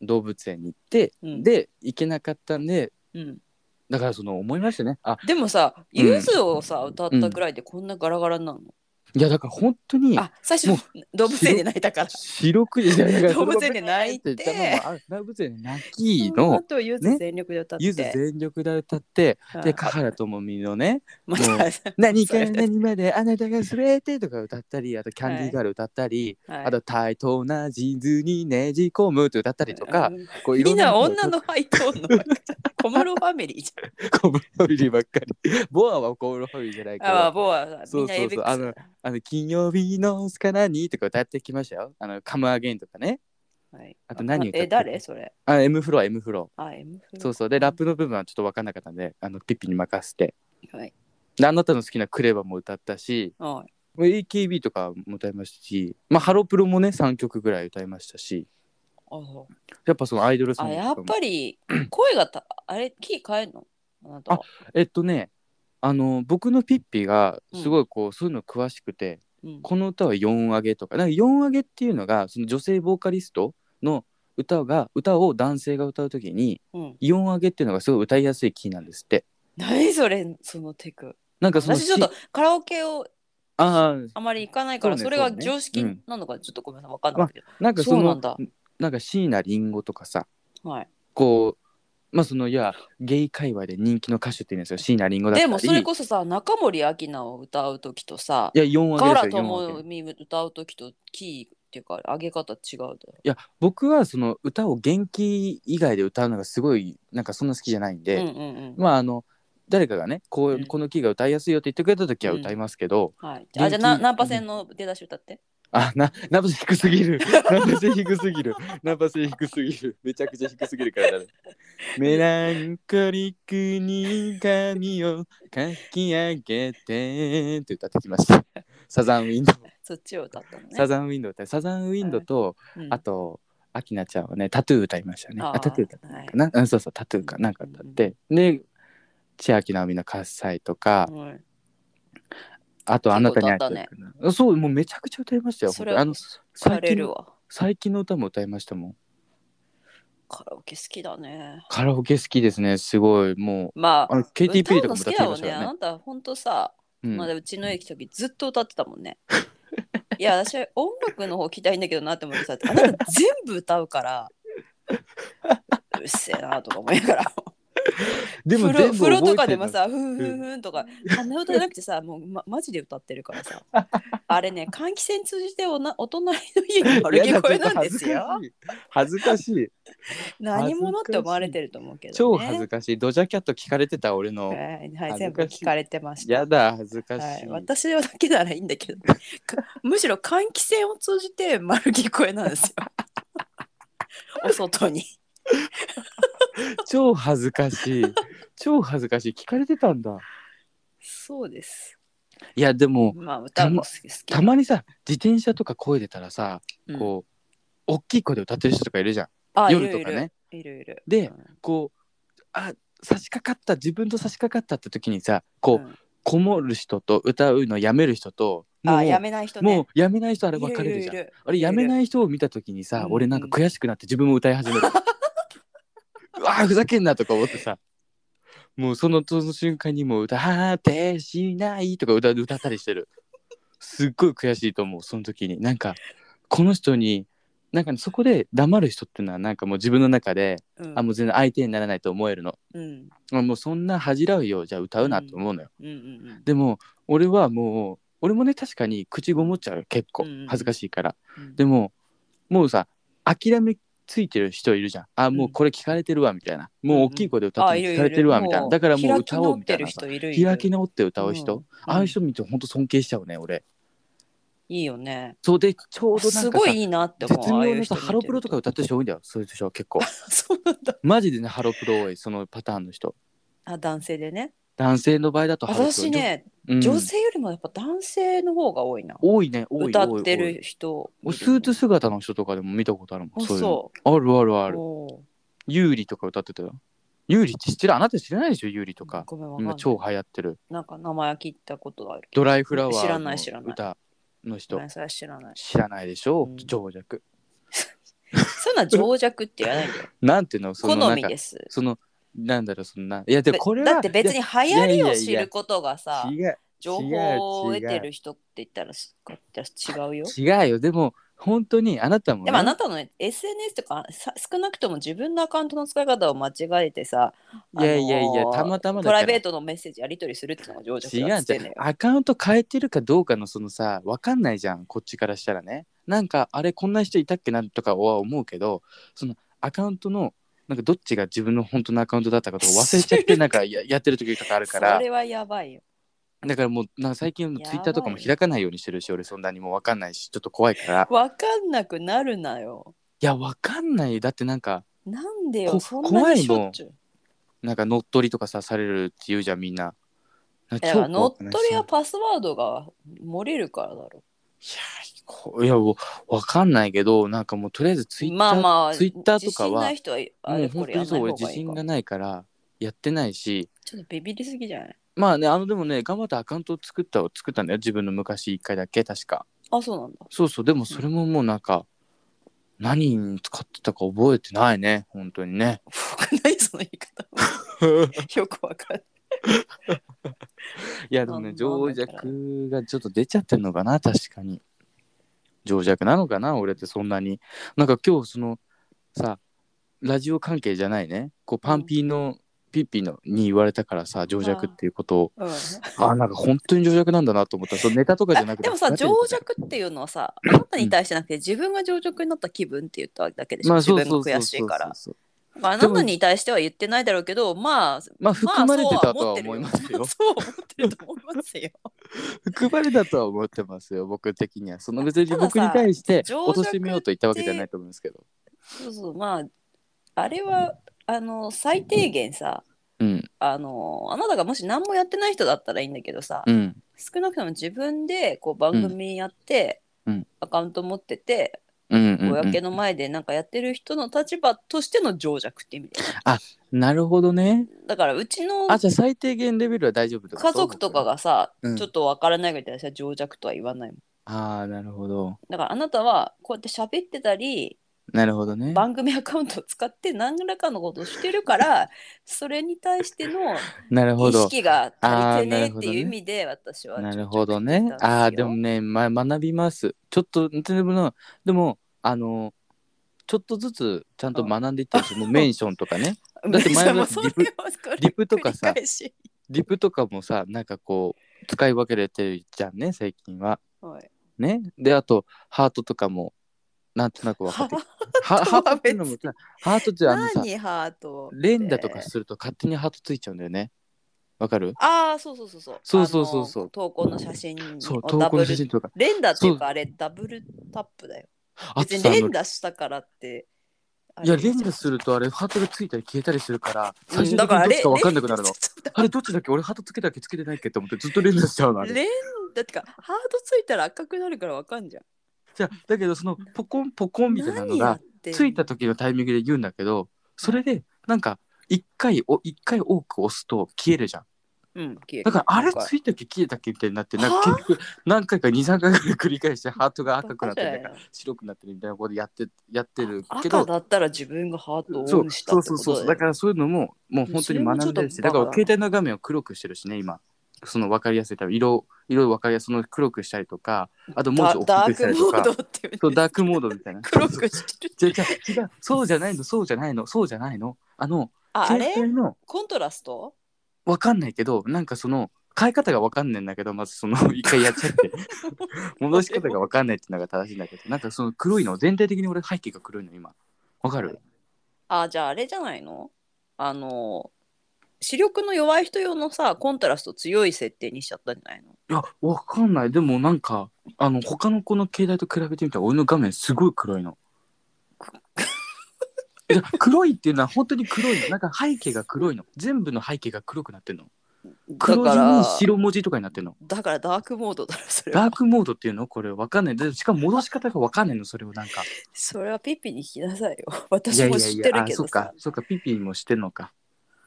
Speaker 1: う、動物園に行って、
Speaker 2: うん
Speaker 1: で、行けなかったんで、
Speaker 2: うん
Speaker 1: だからその思いましたね。あ、
Speaker 2: でもさ
Speaker 1: うん
Speaker 2: ユズをさ歌ったぐらいでこんなガラガラになるの
Speaker 1: いや、だから本当に、
Speaker 2: あ最初
Speaker 1: も
Speaker 2: 動物園で泣いたから
Speaker 1: 四六時だ から
Speaker 2: 動物園で泣いて
Speaker 1: それもあ動物園で泣きの
Speaker 2: あ、とユズ全力で歌って
Speaker 1: ゆず全力で歌って、
Speaker 2: うん
Speaker 1: で、華原朋美のね、
Speaker 2: また
Speaker 1: も何か
Speaker 2: そ
Speaker 1: ら
Speaker 2: れ
Speaker 1: 何まであなたがすべてとか歌ったり、あとキャンディーガール歌ったり、
Speaker 2: はい
Speaker 1: あと対等なジーンズにねじ込むと歌ったりとか、
Speaker 2: うん
Speaker 1: こういろ
Speaker 2: みん
Speaker 1: んな
Speaker 2: な女のハイトーンのばっかり 小室ファミリーじ
Speaker 1: コブロファミリーばっかり。ボアはコブロファミリーじゃないけ
Speaker 2: ゃん。ああ、
Speaker 1: ど、
Speaker 2: ボア、
Speaker 1: そ
Speaker 2: みん
Speaker 1: う
Speaker 2: な
Speaker 1: そ
Speaker 2: エイ
Speaker 1: う
Speaker 2: ベ
Speaker 1: そう
Speaker 2: ックス
Speaker 1: のあの金曜日のスカナにとか歌ってきましたよ。あのカムアゲインとかね。
Speaker 2: だ。はい
Speaker 1: あと何歌ってる
Speaker 2: え、誰それ
Speaker 1: あ、M フロー、M フロ
Speaker 2: あ、M
Speaker 1: ー。
Speaker 2: フロ
Speaker 1: そうそう。で、ラッ
Speaker 2: プ。
Speaker 1: プの部分はちょっと分かんなかったんで、あのピッピに任せて。
Speaker 2: はい。
Speaker 1: であなたの好きなクレバも歌ったし、
Speaker 2: はい。
Speaker 1: AKB とかも歌いましたし、まあ、ハロプロもね3曲ぐらい歌いましたし
Speaker 2: あそう
Speaker 1: やっぱそのアイドルソン
Speaker 2: あ、
Speaker 1: グと
Speaker 2: や
Speaker 1: か
Speaker 2: っ
Speaker 1: も
Speaker 2: ぱ り声がた、あれ、キー変えんのあなたは。
Speaker 1: えっとねあの僕のピッピがすごいこう、そういうの詳しくて
Speaker 2: うん
Speaker 1: この歌は4上げとかなんか4上げっていうのがその女性ボーカリストの歌が歌を男性が歌う時に
Speaker 2: うん。
Speaker 1: 4上げっていうのがすごい歌いやすいキーなんですって
Speaker 2: 何それ、そのテク。
Speaker 1: なんかその
Speaker 2: 私ちょっとカラオケを
Speaker 1: ああ
Speaker 2: あまり行かないから、
Speaker 1: そうね
Speaker 2: それが
Speaker 1: そうね
Speaker 2: 常識
Speaker 1: うん
Speaker 2: なのか、ちょっとごめんなさい、わかんないけ
Speaker 1: なんかその
Speaker 2: そうなんだ
Speaker 1: なんか椎名林檎とかさ
Speaker 2: ど。はい。
Speaker 1: こうまあそのいやゲイ界隈で人気の歌手って言うんですよ椎名林檎だったり
Speaker 2: でも、それこそさ、中森明菜を歌うときとさ、
Speaker 1: いや4
Speaker 2: ガ
Speaker 1: 上げ
Speaker 2: ラ
Speaker 1: です
Speaker 2: と
Speaker 1: よ4上
Speaker 2: も
Speaker 1: げ
Speaker 2: み歌うときとキーっていうか、上げ方違うだろ。
Speaker 1: いや僕はその歌を元気以外で歌うのがすごいなんかそんな好きじゃないんで、
Speaker 2: うんうんうん。
Speaker 1: まああの誰かがねこう、
Speaker 2: うん
Speaker 1: このキーが歌いやすいよって言ってくれた時は歌いますけど、
Speaker 2: はい。
Speaker 1: 元
Speaker 2: あ、
Speaker 1: 気
Speaker 2: じゃあな何パーセンの出だし歌って。
Speaker 1: あなナンパセ低すぎる ナンパセ低すぎるナンパセ低すぎるめちゃくちゃ低すぎるからだ、ね、メランコリックに髪をかき上げてって歌ってきましたサザンウィンドウ、
Speaker 2: そっちを歌ったのね。
Speaker 1: サザンウィンドウってサザンウィンドウと、
Speaker 2: うん
Speaker 1: あと、アキナちゃんはね、タトゥー歌いましたね。あ
Speaker 2: あー
Speaker 1: タトゥー歌ったの
Speaker 2: はい
Speaker 1: かな、うん、そうそう、タトゥーか
Speaker 2: うん
Speaker 1: なんか歌って。で、千秋直美の喝采とか、
Speaker 2: はい
Speaker 1: あと、あなたに会い
Speaker 2: 結構
Speaker 1: た
Speaker 2: 歌っ
Speaker 1: い。そう、もうめちゃくちゃ歌いましたよ。
Speaker 2: それ
Speaker 1: 本当にあ
Speaker 2: は
Speaker 1: の、
Speaker 2: さ
Speaker 1: 最
Speaker 2: れ
Speaker 1: 近
Speaker 2: る
Speaker 1: の、
Speaker 2: わ。
Speaker 1: 最近の歌も歌いましたもん。
Speaker 2: カラオケ好きだね。
Speaker 1: カラオケ好きですね、すごい。も
Speaker 2: ま
Speaker 1: う、あ
Speaker 2: あ、
Speaker 1: の KTP と
Speaker 2: 歌う
Speaker 1: かも
Speaker 2: の好
Speaker 1: 歌
Speaker 2: き
Speaker 1: って
Speaker 2: だ
Speaker 1: ま
Speaker 2: よ
Speaker 1: し
Speaker 2: ね。
Speaker 1: た
Speaker 2: あ
Speaker 1: よね。
Speaker 2: なた、ほんとさ、
Speaker 1: うん
Speaker 2: まだうちの駅来た時ずっと歌ってたもんね。いや、私は音楽の方聞きたいんだけどなって思ってさ、あなた全部歌うから、うっせえなとか思いながら。
Speaker 1: でも
Speaker 2: 風呂
Speaker 1: 全部
Speaker 2: 風呂と
Speaker 1: 覚え
Speaker 2: か
Speaker 1: て
Speaker 2: で
Speaker 1: るの
Speaker 2: もさ、ふんふんふんとか、鼻歌じゃなくてさ、もう、ま、マジで歌ってるからさ。あれね、換気扇通じておなお隣の家に悪
Speaker 1: いや
Speaker 2: 聞こえなんです
Speaker 1: ちょっ
Speaker 2: よ。
Speaker 1: と恥ずかしい。恥ずかしい。
Speaker 2: 何者って思われてると思うけど、ね。
Speaker 1: 超恥ずかしい。ドジャキャット聞かれてた俺の。
Speaker 2: はい、は
Speaker 1: 恥ずかしい
Speaker 2: い、全部聞かれてました。
Speaker 1: やだ、恥ずか
Speaker 2: は
Speaker 1: し
Speaker 2: い、
Speaker 1: い。
Speaker 2: 私はだけならいいんだけど、かむしろ換気扇を通じて丸聞こえなん ですよ。お外に。
Speaker 1: 超恥ずか しい超恥ずかしい聞かれてたんだ
Speaker 2: そうです。
Speaker 1: いやでも
Speaker 2: まあ、歌も好き好き。
Speaker 1: たまにさ自転車とか声出たらさ、
Speaker 2: うん
Speaker 1: こう大きい声で歌ってる人とかいるじゃん
Speaker 2: あ
Speaker 1: 夜とかね。
Speaker 2: いるいるいるいる。
Speaker 1: でこうあ差し掛かった自分と差し掛かったって時にさこう、
Speaker 2: うん
Speaker 1: こもる人と歌うのやめる人と
Speaker 2: うん
Speaker 1: もう
Speaker 2: あ、やめない人ね。
Speaker 1: もうやめない人あれ分かれるじゃん
Speaker 2: いいいる
Speaker 1: あれやめない人を見た時にさ、俺なんか悔しくなって自分も歌い始めた、うわーふざけんなとか思ってさもうそのその瞬間にもう歌ってしないとか歌歌ったりしてるすっごい悔しいと思うその時になんかこの人になんかねそこで黙る人ってのはなんかもう自分の中で
Speaker 2: うん
Speaker 1: あもう全然相手にならないと思えるの
Speaker 2: うん
Speaker 1: あもうそんな恥じらうよじゃあ歌うなと思うのよ、
Speaker 2: うんうん
Speaker 1: でも俺はもう俺もね確かに口ごもっちゃうよ結構
Speaker 2: うん
Speaker 1: 恥ずかしいから、
Speaker 2: うん
Speaker 1: でももうさ諦めついてる人いるじゃんあもうこれ聞かれてるわみたいな、もう大きい声で歌っても聞かれてるわみたいな、だからもう歌おうみたいな
Speaker 2: 開き
Speaker 1: さ
Speaker 2: 直ってる人いるいる
Speaker 1: 開き直って歌う人、
Speaker 2: うん
Speaker 1: ああいう人見てほんと尊敬しちゃうね俺
Speaker 2: いいよね
Speaker 1: そうでちょうどなんかさ
Speaker 2: すごいいいなって思う
Speaker 1: 絶
Speaker 2: ああ
Speaker 1: 妙
Speaker 2: いう
Speaker 1: の
Speaker 2: 人
Speaker 1: さ
Speaker 2: 見てると
Speaker 1: ハロプロとか歌ってる人多いんだよそういう人は結構
Speaker 2: そうなんだ
Speaker 1: マジでねハロプロ多いそのパターンの人
Speaker 2: あ男性でね
Speaker 1: 男性の場合だとハロプロ
Speaker 2: 私、ね
Speaker 1: うん
Speaker 2: 女性よりもやっぱ男性の方が多いな
Speaker 1: 多いね多い多い
Speaker 2: 歌
Speaker 1: 多い
Speaker 2: ってる人
Speaker 1: おスーツ姿の人とかでも見たことあるもん
Speaker 2: あ
Speaker 1: そういうの
Speaker 2: そ
Speaker 1: あるある
Speaker 2: う
Speaker 1: ある
Speaker 2: お
Speaker 1: ユーリとか歌ってたよユーリって知ってるあなた知らないでしょユーリと
Speaker 2: ー
Speaker 1: か
Speaker 2: ごめんわかんな
Speaker 1: 今
Speaker 2: い
Speaker 1: 超流行ってる
Speaker 2: なんか名前は聞いたことあるけど
Speaker 1: ドライフラワ
Speaker 2: 知らない知
Speaker 1: ー
Speaker 2: ら
Speaker 1: の
Speaker 2: ない
Speaker 1: 歌の人
Speaker 2: ごめんそれは知らない
Speaker 1: 知らないでしょ、
Speaker 2: うん
Speaker 1: 情弱
Speaker 2: そんな情弱って言わないんだよ
Speaker 1: なんていうの その
Speaker 2: 好
Speaker 1: なん
Speaker 2: み
Speaker 1: か
Speaker 2: です
Speaker 1: そのなんだろうそんないやでもこれは
Speaker 2: だって別に流行
Speaker 1: い
Speaker 2: り
Speaker 1: やいやい
Speaker 2: を
Speaker 1: や
Speaker 2: 知ることがさ
Speaker 1: いや
Speaker 2: 情報を得てる人って言ったらす違うよ。
Speaker 1: 違う違うよでも本当にあなたも、ね、
Speaker 2: でもあなたの SNS とかさ少なくとも自分のアカウントの使い方を間違えてさ、
Speaker 1: いやいやいや
Speaker 2: あのー
Speaker 1: たまたまだ
Speaker 2: プ
Speaker 1: から
Speaker 2: ライベートのメッセージやり取りするっていうのが情弱
Speaker 1: 違
Speaker 2: だ
Speaker 1: う
Speaker 2: っつっ
Speaker 1: じ
Speaker 2: て
Speaker 1: ゃ
Speaker 2: んだ
Speaker 1: ん
Speaker 2: よ。
Speaker 1: アカウント変えてるかどうかのそのさ分かんないじゃんこっちからしたらねなんかあれこんな人いたっけなとかは思うけどそのアカウントのなんかどっちが自分の本当のアカウントだった かとか忘れちゃってなんかややってる時とかあるか
Speaker 2: そ
Speaker 1: ら
Speaker 2: れはやばいよ。
Speaker 1: だからもうなんか最近
Speaker 2: やばい
Speaker 1: ツイッターとかも開かないようにしてるし俺そんなにも分かんないしちょっと怖いから
Speaker 2: わかんなくなるなよ。
Speaker 1: いや分かんないだってなんか
Speaker 2: なんでよ、
Speaker 1: こ
Speaker 2: そんなにしょっちゅう。
Speaker 1: なんか乗っ取りとかさされるって言うじゃんみんな。なんか
Speaker 2: だから
Speaker 1: 超
Speaker 2: 乗
Speaker 1: 怖
Speaker 2: っ
Speaker 1: く
Speaker 2: 取
Speaker 1: ない
Speaker 2: りはパスワードが漏れるからだろ。
Speaker 1: いやこいやもう分かんないけどなんかもうとりあえずツイッター
Speaker 2: まあまあ、
Speaker 1: ツイッターとか
Speaker 2: 自信な
Speaker 1: はい
Speaker 2: 人はあ
Speaker 1: もう
Speaker 2: れ
Speaker 1: 本当
Speaker 2: これや
Speaker 1: に
Speaker 2: んな
Speaker 1: そ
Speaker 2: いう方
Speaker 1: 俺
Speaker 2: がいいか
Speaker 1: 自信がないからやってないし
Speaker 2: ちょっとビビりすぎじゃない
Speaker 1: まあねあのでもね頑張ってアカウントを作ったを作ったんだよ自分の昔一回だけ確か
Speaker 2: あ、そうなんだ。
Speaker 1: そうそうでもそれももうなんか、何に使ってたか覚えてないね本当にね
Speaker 2: 何その言い方よくわかんない
Speaker 1: いやでも
Speaker 2: ま
Speaker 1: ね
Speaker 2: あ
Speaker 1: 情弱がちょっと出ちゃってるのかな確かに情弱なのかな俺ってそんなになんか今日そのさラジオ関係じゃないねこうパンピーの、ピッピーのに言われたからさ情弱っていうことを
Speaker 2: うん
Speaker 1: あなんか本当に情弱なんだなと思ったそのネタとかじゃな
Speaker 2: あ
Speaker 1: くて
Speaker 2: でもさ
Speaker 1: なんてい
Speaker 2: 情
Speaker 1: うの
Speaker 2: 弱っていうのはさあなたに対してなくて自分が情弱になった気分って言っただけでしょ、
Speaker 1: まあ
Speaker 2: 自
Speaker 1: そう
Speaker 2: 分
Speaker 1: そ
Speaker 2: が
Speaker 1: うそうそう
Speaker 2: 悔しいから
Speaker 1: そう
Speaker 2: まああなたに対しては言ってないだろうけどまあ
Speaker 1: まあ含まれてたとは
Speaker 2: そう
Speaker 1: 思いますよ
Speaker 2: そう思ってると思いますよ
Speaker 1: 含まれたとは思ってますよ僕的にはその別に
Speaker 2: たださ
Speaker 1: 僕に対して
Speaker 2: 情
Speaker 1: 貶
Speaker 2: 弱
Speaker 1: としめようと言ったわけじゃないと思うんですけど
Speaker 2: そうそうまああれはあの最低限さ
Speaker 1: うん
Speaker 2: あのあなたがもし何もやってない人だったらいいんだけどさ、
Speaker 1: うん
Speaker 2: 少なくとも自分でこう番組やって、
Speaker 1: うんうん
Speaker 2: アカウント持ってて、
Speaker 1: うんうん、う
Speaker 2: 公
Speaker 1: ん、
Speaker 2: の前でなんかやってる人の立場としての情弱って意味で
Speaker 1: なるほどね
Speaker 2: だからうちの
Speaker 1: あじゃあ最低限レベルは大丈夫ってこと
Speaker 2: 家族とかがさ、
Speaker 1: うん
Speaker 2: ちょっとわからないみたいな情弱とは言わないもん
Speaker 1: ああなるほど
Speaker 2: だからあなたはこうやって喋ってたり
Speaker 1: なるほどね
Speaker 2: 番組アカウントを使って何らかのことをして るからそれに対しての
Speaker 1: なるほ
Speaker 2: 意
Speaker 1: ど
Speaker 2: 識が足りて
Speaker 1: あーな
Speaker 2: ね
Speaker 1: る
Speaker 2: っ
Speaker 1: ほ
Speaker 2: て
Speaker 1: どね
Speaker 2: いう意味で私は
Speaker 1: な
Speaker 2: 情
Speaker 1: る
Speaker 2: 弱
Speaker 1: ほ
Speaker 2: って
Speaker 1: ど
Speaker 2: 言
Speaker 1: ね
Speaker 2: っ。
Speaker 1: あ
Speaker 2: た
Speaker 1: あ
Speaker 2: んす
Speaker 1: で
Speaker 2: よ
Speaker 1: もね、ま、学びます。ちょっとでもなでもあのちょっとずつちゃんと学んでいってるし、もうメンションと かね、だって前は
Speaker 2: もうそれ
Speaker 1: リプ
Speaker 2: はこれ
Speaker 1: リプとかさ
Speaker 2: 繰り返し
Speaker 1: リプとかもさなんかこう使い分けれてるじゃんね最近は。
Speaker 2: はい
Speaker 1: ねであとハートとかもなんとなく分かってきた。はハートっていうのもさハートってあのさ
Speaker 2: 何ハートって
Speaker 1: 連打とかすると勝手にハートついちゃうんだよね。わかる
Speaker 2: ああ、そうそうそうそう。
Speaker 1: そうそうそうそう
Speaker 2: あの投稿の写真
Speaker 1: そう
Speaker 2: を
Speaker 1: 投
Speaker 2: ダ
Speaker 1: 稿の
Speaker 2: ブ
Speaker 1: 写。
Speaker 2: ル
Speaker 1: 真とか。
Speaker 2: 連打っていう
Speaker 1: そ
Speaker 2: かあれダブルタップだよ。
Speaker 1: あ
Speaker 2: 別
Speaker 1: と
Speaker 2: に
Speaker 1: さあの
Speaker 2: 連打したからって。あ
Speaker 1: い
Speaker 2: れ
Speaker 1: や連 打するとあれハートがついたり消えたりするから最
Speaker 2: う
Speaker 1: 終
Speaker 2: ん
Speaker 1: 的に
Speaker 2: だ
Speaker 1: ど
Speaker 2: から
Speaker 1: っ
Speaker 2: れ
Speaker 1: ちか分かんなくなるの
Speaker 2: 連。打
Speaker 1: あれどっちだっけ俺ハートつけたっけつけてないっけって思ってずっと連打しちゃう のあれ
Speaker 2: 連打ってか、ハートついたら赤くなるからわかんじゃん。
Speaker 1: じゃあだけどそのポコンポコンみたいなの
Speaker 2: 何や
Speaker 1: が
Speaker 2: ってんの
Speaker 1: ついた時のタイミングで言うんだけどそれでなんか一回お一回多く押すと消えるじゃん
Speaker 2: うん、消える
Speaker 1: だからあれ
Speaker 2: なん
Speaker 1: ついたっけ消えたっけみたいになってなん
Speaker 2: は
Speaker 1: か結局何回か23回ぐらい繰り返してハートが赤くなって
Speaker 2: バカ
Speaker 1: な
Speaker 2: じ
Speaker 1: ん
Speaker 2: ゃない
Speaker 1: か
Speaker 2: の
Speaker 1: 白くなってるみたいなことやってやってるけ
Speaker 2: 赤
Speaker 1: ど
Speaker 2: だったら自分がハートを
Speaker 1: そ
Speaker 2: オ
Speaker 1: う
Speaker 2: ンした
Speaker 1: そ
Speaker 2: っ
Speaker 1: う
Speaker 2: て
Speaker 1: そ
Speaker 2: こ
Speaker 1: う
Speaker 2: と
Speaker 1: そう
Speaker 2: だ
Speaker 1: だ
Speaker 2: よ
Speaker 1: からそういうのももう本当に学んでるしだ
Speaker 2: それもちょっとバカだな
Speaker 1: から携帯の画面を黒くしてるしね今その分かりやすい多分色色分かりやすいその黒くしたりとかあと文字を
Speaker 2: ダ
Speaker 1: 大
Speaker 2: ダ
Speaker 1: き
Speaker 2: ー
Speaker 1: くしたり
Speaker 2: ク
Speaker 1: と
Speaker 2: モー
Speaker 1: か
Speaker 2: ドっていう
Speaker 1: そう
Speaker 2: ね
Speaker 1: ダークモードみたいな
Speaker 2: 黒くして
Speaker 1: 違
Speaker 2: る
Speaker 1: う違う違うそうじゃないのそうじゃないのそうじゃないのあの
Speaker 2: ああ
Speaker 1: 携
Speaker 2: れ
Speaker 1: 帯の
Speaker 2: コントラスト
Speaker 1: わかんないけどなんかその変え方がわかんないんだけどまずそ の一回やっちゃって戻し方がわかんないっていうのが正しいんだけどなんかその黒いの全体的に俺背景が黒いの今わかる
Speaker 2: あじゃああれじゃないのあの視力の弱い人用のさコントラスト強い設定にしちゃったんじゃないの
Speaker 1: いやわかんないでもなんかあの他の子の携帯と比べてみたら俺の画面すごい黒い の。いや黒いっていうのは本当に黒いのなんか背景が黒いの全部の背景が黒くなってんの黒
Speaker 2: だ
Speaker 1: 字
Speaker 2: か
Speaker 1: に
Speaker 2: ら
Speaker 1: 白文字とかになってんの
Speaker 2: だからダークモードだろそれは
Speaker 1: ダークモードっていうのこれわかんないでしかも戻し方がわかんないのそれをなんか
Speaker 2: それはピッピに聞きなさいよ 私も知ってるけ
Speaker 1: あそ
Speaker 2: ど
Speaker 1: っ
Speaker 2: さ
Speaker 1: かそっかピピもしてんのか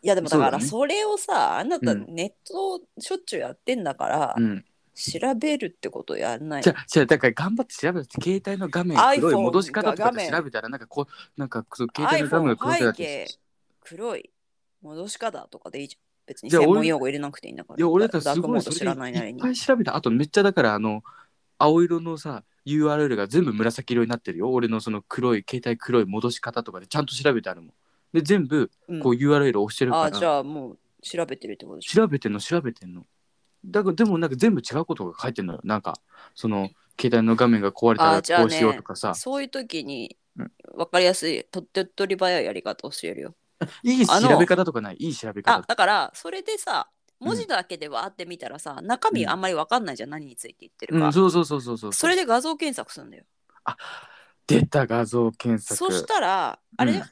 Speaker 2: いやでもだか
Speaker 1: そうだ
Speaker 2: ら
Speaker 1: ね
Speaker 2: それをさあなた
Speaker 1: うん
Speaker 2: ネットをしょっちゅうやってんだから、
Speaker 1: うん
Speaker 2: 調べるってことやんない
Speaker 1: じゃあじゃあだから頑張って調べて携帯の画面
Speaker 2: iPhone
Speaker 1: 黒い戻し方とか
Speaker 2: が画
Speaker 1: で
Speaker 2: 面
Speaker 1: 調べたらなんかこうなんかそう携帯の画面が
Speaker 2: iPhone
Speaker 1: 黒くな
Speaker 2: 背
Speaker 1: って
Speaker 2: 景黒い戻し方とかでいいじゃん別に
Speaker 1: じゃあ
Speaker 2: 専
Speaker 1: 俺
Speaker 2: 門用語入れなくていいんだから
Speaker 1: いや俺だ
Speaker 2: ダ
Speaker 1: ったら
Speaker 2: ー
Speaker 1: す
Speaker 2: クモ
Speaker 1: ごい
Speaker 2: ード
Speaker 1: それ
Speaker 2: 知らないなり
Speaker 1: いっ
Speaker 2: に
Speaker 1: ぱい調べたあとめっちゃだからあの青色のさ URL が全部紫色になってるよ俺のその黒い携帯黒い戻し方とかでちゃんと調べてあるもんで全部
Speaker 2: うん
Speaker 1: こう URL を押してるか
Speaker 2: あじ
Speaker 1: ら
Speaker 2: ゃあもう調べてるってことでしょ
Speaker 1: 調べてんの調べてんのだからでもなんか全部違うことが書いてんのよなんかその携帯の画面が壊れた
Speaker 2: あ
Speaker 1: ら
Speaker 2: じゃあ
Speaker 1: こ
Speaker 2: ね
Speaker 1: うしようとかさ、
Speaker 2: そういう時に
Speaker 1: うん
Speaker 2: 分かりやすいとって取り早いやり方教えるよ
Speaker 1: いい
Speaker 2: あの
Speaker 1: 調べ方とかないいい調べ
Speaker 2: あ
Speaker 1: 方
Speaker 2: だからそれでさ
Speaker 1: ん
Speaker 2: 文字だけでわーって見たらさ、中身あんまり分かんないじゃん、何について言ってる
Speaker 1: う
Speaker 2: か、
Speaker 1: ん、そうそうそうそうそう
Speaker 2: それで画像検索するんだよ
Speaker 1: 出た画像検索
Speaker 2: そしたらあれ、
Speaker 1: うん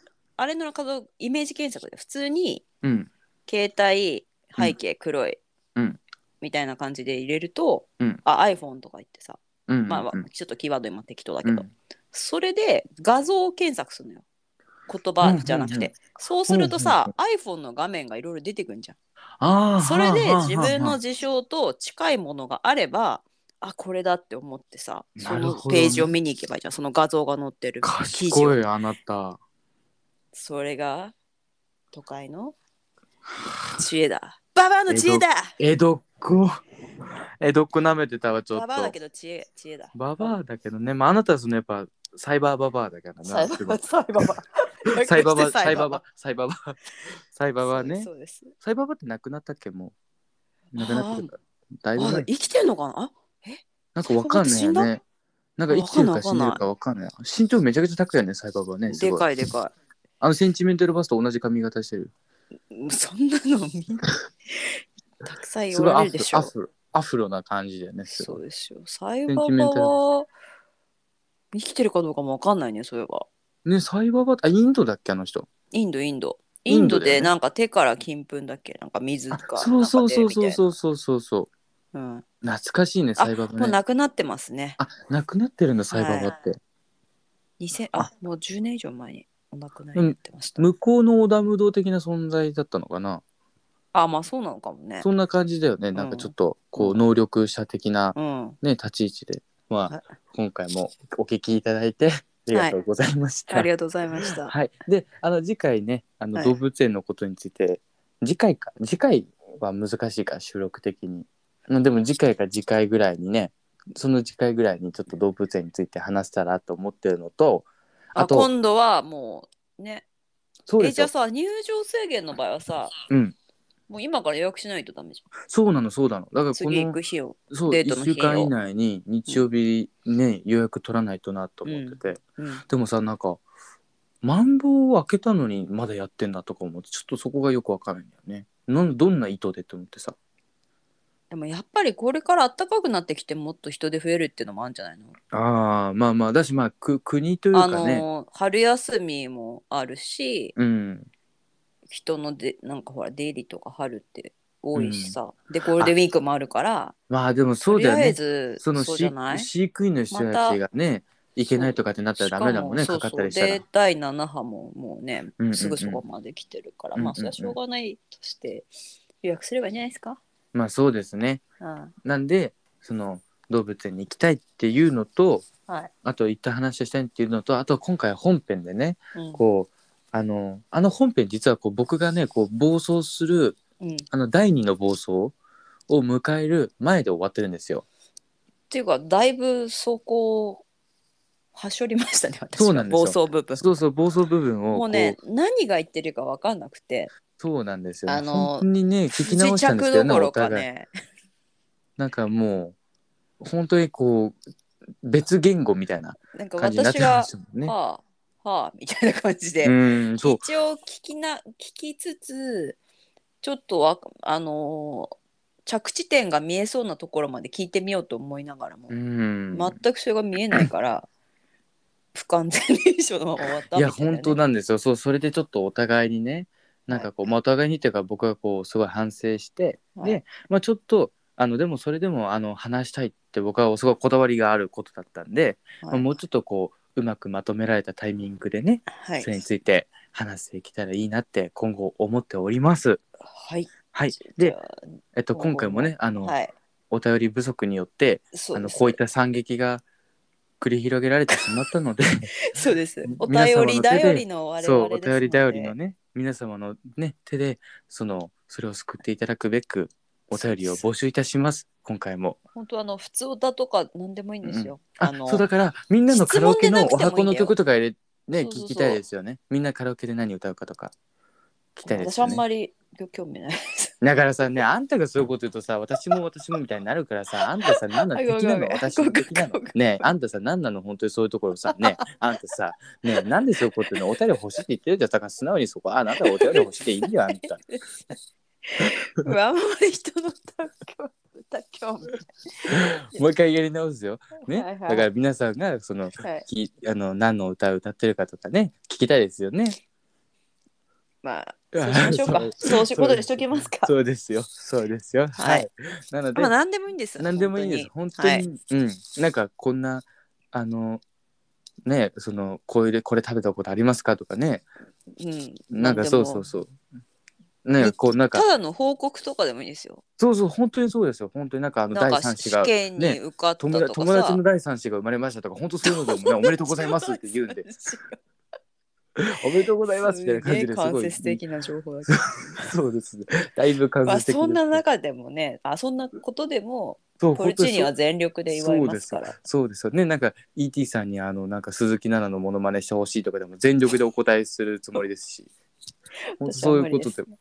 Speaker 2: あれの画像イメージ検索で普通に
Speaker 1: うん
Speaker 2: 携帯背景黒い、
Speaker 1: うん
Speaker 2: みたいな感じで入れると、
Speaker 1: うん
Speaker 2: あ iPhone とか言ってさ、
Speaker 1: うんうん
Speaker 2: まあま
Speaker 1: う
Speaker 2: あ
Speaker 1: ん
Speaker 2: ちょっとキーワード今適当だけ
Speaker 1: う
Speaker 2: ど、
Speaker 1: ん
Speaker 2: それで画像を検索するのよ言葉じゃなくて、
Speaker 1: うんうんうん
Speaker 2: そうするとさ、iPhone の画面がいろいろ出てくんじゃん
Speaker 1: あー
Speaker 2: それで
Speaker 1: はあはあはあ
Speaker 2: 自分の事象と近いものがあればあこれだって思ってさそ
Speaker 1: なる
Speaker 2: の
Speaker 1: ほどね
Speaker 2: ページを見に行けばいいじゃんその画像が載ってる記事を
Speaker 1: 賢いあなた
Speaker 2: それが都会の知恵だババアの知恵だ
Speaker 1: 江戸っ子江戸っ子舐めてたわちょっ
Speaker 2: バ
Speaker 1: と
Speaker 2: バアだけど知恵知恵だ
Speaker 1: ババアだけどねまああなたはそのやっぱサイバーババアだから
Speaker 2: サイ
Speaker 1: な
Speaker 2: バ
Speaker 1: すご い
Speaker 2: バサイババ
Speaker 1: サイ バ バサイババサイバ
Speaker 2: バ
Speaker 1: バサイババね
Speaker 2: そうです
Speaker 1: サイババってなくなったっけもうなくなってるからだいぶ
Speaker 2: あ
Speaker 1: 前
Speaker 2: 生きてんのかな
Speaker 1: なんかわかんないよ
Speaker 2: サイババ
Speaker 1: ねなんか生きてるか死んでるかわかんない身長めちゃくちゃ高いよねサイババねすご
Speaker 2: でかいでか
Speaker 1: あのセンチメンタルバスと同じ髪型してる。
Speaker 2: いそんなのみんなたくさん言
Speaker 1: すごい
Speaker 2: わ
Speaker 1: ア
Speaker 2: れ
Speaker 1: フ
Speaker 2: るでし
Speaker 1: ロ
Speaker 2: ょ
Speaker 1: アフロアフロな感じだよね。す
Speaker 2: そ
Speaker 1: ごいう
Speaker 2: ですよ。サイ
Speaker 1: セ
Speaker 2: バ
Speaker 1: ンチメンタル
Speaker 2: バは生きてるかどうかもわかんないね、そういえば。
Speaker 1: ね、サイバーバーあ、インドだっけあの人。
Speaker 2: インド、インド。
Speaker 1: イ
Speaker 2: イ
Speaker 1: ン
Speaker 2: ン
Speaker 1: ド
Speaker 2: ド
Speaker 1: だよね
Speaker 2: でなんか手から金粉だっけなんか水
Speaker 1: あ
Speaker 2: か。
Speaker 1: そうそうそうそう
Speaker 2: う。
Speaker 1: そうそうそうそう。
Speaker 2: うん、も
Speaker 1: 懐かしいね、
Speaker 2: あ
Speaker 1: サイバーバ
Speaker 2: う
Speaker 1: ーね。
Speaker 2: なくなってますね。
Speaker 1: あ、なくなってるんだ、サイバーバーって。
Speaker 2: 2000
Speaker 1: あ
Speaker 2: あもう10年以上前にお亡くなりになってました。
Speaker 1: 向こうのオダムド的な存在だったのかな。
Speaker 2: あ、まあそうなのかもね。
Speaker 1: そんな感じだよね。なんかちょっと、こう、能力者的な
Speaker 2: うん。
Speaker 1: ね、立ち位置で。ま
Speaker 2: は
Speaker 1: あ、今回もお聞きいただいて、ありがとうございました。
Speaker 2: ありがとうございました。
Speaker 1: はい、であの次回ねあの
Speaker 2: はい
Speaker 1: 動物園のことについて、次回か次回は難しいから収録的にうんでも次回か次回ぐらいにねその次回ぐらいにちょっと動物園について話したらと思ってるのとあ
Speaker 2: あ
Speaker 1: と
Speaker 2: 今度はもうね。
Speaker 1: そう
Speaker 2: え、
Speaker 1: です
Speaker 2: じ
Speaker 1: よ
Speaker 2: ゃあ、さ、入場制限の場合はさ、
Speaker 1: うん、
Speaker 2: もう今から予約しないとダメじゃ
Speaker 1: そうなのそうなのだから
Speaker 2: ん。
Speaker 1: こ
Speaker 2: 次行
Speaker 1: の
Speaker 2: く日を。
Speaker 1: そう
Speaker 2: デート
Speaker 1: 1
Speaker 2: の
Speaker 1: 週間
Speaker 2: 日を
Speaker 1: 以内に日曜日ね、予約取らないとなと思ってて、
Speaker 2: うん。
Speaker 1: でもさなんかマンボウを開けたのにまだやってんだとか思ってちょっとそこがよくわかんないんだよねなんどんな意図でと思ってさ
Speaker 2: でもやっぱりこれから暖かくなってきてもっと人で増えるっていうのもあるんじゃないの、
Speaker 1: ああまあまあだしまあく国という
Speaker 2: あ
Speaker 1: かね、
Speaker 2: のー春休みもあるし
Speaker 1: うん
Speaker 2: 人のでなんかほら出入りとか春って多いしさ、でゴールデンウィークもあるから
Speaker 1: まあでもそうだよ
Speaker 2: とりあえ
Speaker 1: ね
Speaker 2: ず
Speaker 1: その
Speaker 2: う
Speaker 1: 飼
Speaker 2: じゃない
Speaker 1: 育飼育員の人たちがね行けないとかってなったらダメだもんね
Speaker 2: し
Speaker 1: か
Speaker 2: も
Speaker 1: かったりし
Speaker 2: そ
Speaker 1: た
Speaker 2: う
Speaker 1: ら
Speaker 2: そうで第7波ももうね
Speaker 1: うんうんうん
Speaker 2: すぐそこまで来てるから、
Speaker 1: うんうんうん
Speaker 2: まあそれはしょうがないとして予約すればいいんじゃないですか、
Speaker 1: まあそうですね。
Speaker 2: うん
Speaker 1: なんでその動物園に行きたいっていうのと、
Speaker 2: はい
Speaker 1: あと行った話をしたいっていうのとあと今回本編でね
Speaker 2: うん
Speaker 1: こうあのあの本編実はこう僕がねこう暴走する
Speaker 2: うん、っ
Speaker 1: あの第二の暴走を迎える前で終わってるんですよ。
Speaker 2: ていうかだいぶそこをはしょりましたね私は
Speaker 1: そうなんですよ
Speaker 2: 暴走部分
Speaker 1: そうそう暴走部分を
Speaker 2: も
Speaker 1: こ
Speaker 2: う
Speaker 1: う
Speaker 2: ね何が言ってるか分かんなくて
Speaker 1: そうなんですよ。
Speaker 2: あの
Speaker 1: 本当にね聞き
Speaker 2: 不
Speaker 1: 直
Speaker 2: 時
Speaker 1: したんです
Speaker 2: 着
Speaker 1: けど
Speaker 2: ど
Speaker 1: ね
Speaker 2: ころ
Speaker 1: お
Speaker 2: か
Speaker 1: 互い
Speaker 2: ね
Speaker 1: なんかもう本当にこう別言語みたいな
Speaker 2: なんか
Speaker 1: 感じになっ
Speaker 2: 私
Speaker 1: てま
Speaker 2: が
Speaker 1: したもんね。
Speaker 2: はあはあみたいな感じで、
Speaker 1: うんそう
Speaker 2: 一応聞きな聞きつつちょっとわあのー着地点が見えそうなところまで聞いてみようと思いながらも、
Speaker 1: うん、
Speaker 2: 全くそれが見えないから 不完全燃焼のまま終わった
Speaker 1: いや
Speaker 2: みたなね
Speaker 1: 本当なんですよそうそれでちょっとお互いにねなんかこう、まあお互いにっていうか僕はこうすごい反省して、
Speaker 2: はい
Speaker 1: で、まあ、ちょっとあのでもそれでもあの話したいって僕はすごいこだわりがあることだったんで、まあ
Speaker 2: はい
Speaker 1: もうちょっとこううまくまとめられたタイミングでね、
Speaker 2: はい
Speaker 1: それについて話していけたらいいなって今後思っております。
Speaker 2: はい
Speaker 1: はい
Speaker 2: じ、
Speaker 1: で
Speaker 2: じ、ゃ
Speaker 1: えっと、今回もねあ
Speaker 2: あ
Speaker 1: の、
Speaker 2: はい
Speaker 1: お便り不足によって
Speaker 2: そ
Speaker 1: あ
Speaker 2: う
Speaker 1: の
Speaker 2: です
Speaker 1: こういった惨劇が繰り広げられてしまったの で。
Speaker 2: そうですお便
Speaker 1: 皆様の手
Speaker 2: り
Speaker 1: で
Speaker 2: 頼りの我
Speaker 1: そう
Speaker 2: 々
Speaker 1: お
Speaker 2: です
Speaker 1: 便り頼りの
Speaker 2: ね
Speaker 1: ね皆様のね手でそのそれを救っていただくべくお便りを募集いたします今回も
Speaker 2: 本当あの普通歌とか何でもいいんですよ、
Speaker 1: あ
Speaker 2: あの
Speaker 1: そうだからみんなのカラオケの
Speaker 2: 質
Speaker 1: お
Speaker 2: 問でなくてもい
Speaker 1: 箱
Speaker 2: いんだよ
Speaker 1: の曲とか入れね
Speaker 2: そうそうそ
Speaker 1: 聞
Speaker 2: う
Speaker 1: きたいですよねみんなカラオケで何歌うかとか聞きたいです
Speaker 2: 私
Speaker 1: よ
Speaker 2: あ
Speaker 1: ね
Speaker 2: んまり興味 ないです
Speaker 1: だからさねあんたがそういうこと言うとさ私も私もみたいになるからさあんたさ何なの
Speaker 2: あごめん
Speaker 1: 敵なの
Speaker 2: ごめん
Speaker 1: 私の敵なの
Speaker 2: ごめんごめ
Speaker 1: ねえあんたさ何なの本当にそういうところさねえあんたさねえなんでそういうこと言うのお便り欲しいって言ってるじゃんだから素直にそこああなたはお便り欲しいでいいんだよあんた
Speaker 2: うわあんまり人の歌興歌興味
Speaker 1: もう一回やり直すよ。ね、
Speaker 2: はいはい
Speaker 1: だから皆さんがその
Speaker 2: ない、
Speaker 1: きあの何の歌を歌ってるかとかね聞きたいですよね。
Speaker 2: ま あそうしましょうかそうしことにしときますか
Speaker 1: そうですよ。そうですよ。は
Speaker 2: はい
Speaker 1: い。なので、
Speaker 2: まあ何でもいいんです
Speaker 1: 何でもいいです。本当に、
Speaker 2: はい
Speaker 1: うん。なんかこんなあのねそのこれでこれ食べたことありますかとかね。
Speaker 2: うん、
Speaker 1: なんか
Speaker 2: 何で
Speaker 1: そ
Speaker 2: も
Speaker 1: うそうそう。ねこうなんか
Speaker 2: ただの報告とかでもいいですよ。
Speaker 1: そうそう本当にそうですよ。本当になんかあの
Speaker 2: なん
Speaker 1: 第
Speaker 2: か
Speaker 1: 三子
Speaker 2: 試
Speaker 1: が。
Speaker 2: 験に
Speaker 1: ね
Speaker 2: 受かったと
Speaker 1: 友
Speaker 2: か
Speaker 1: 達
Speaker 2: さ、
Speaker 1: 友 達の第三子が生まれましたとか本当そういうのでもねおめでとうございますって 言うんでおめでとうございますみたいな感じですごい
Speaker 2: 間接的な情報だけど
Speaker 1: そうですね。だいぶ間
Speaker 2: まあ
Speaker 1: 接的
Speaker 2: そんな
Speaker 1: です
Speaker 2: 中でもね、あそんなことでも
Speaker 1: そう
Speaker 2: ポルチーニは全力で祝いますか
Speaker 1: そう
Speaker 2: ら。
Speaker 1: そうですよね。なんか E.T. さんにあのなんか鈴木奈々のモノマネしてほしいとかでも全力でお答えするつもりですし、本当
Speaker 2: 私は
Speaker 1: そう
Speaker 2: 無
Speaker 1: いう
Speaker 2: 理
Speaker 1: こ
Speaker 2: で
Speaker 1: と
Speaker 2: す
Speaker 1: でも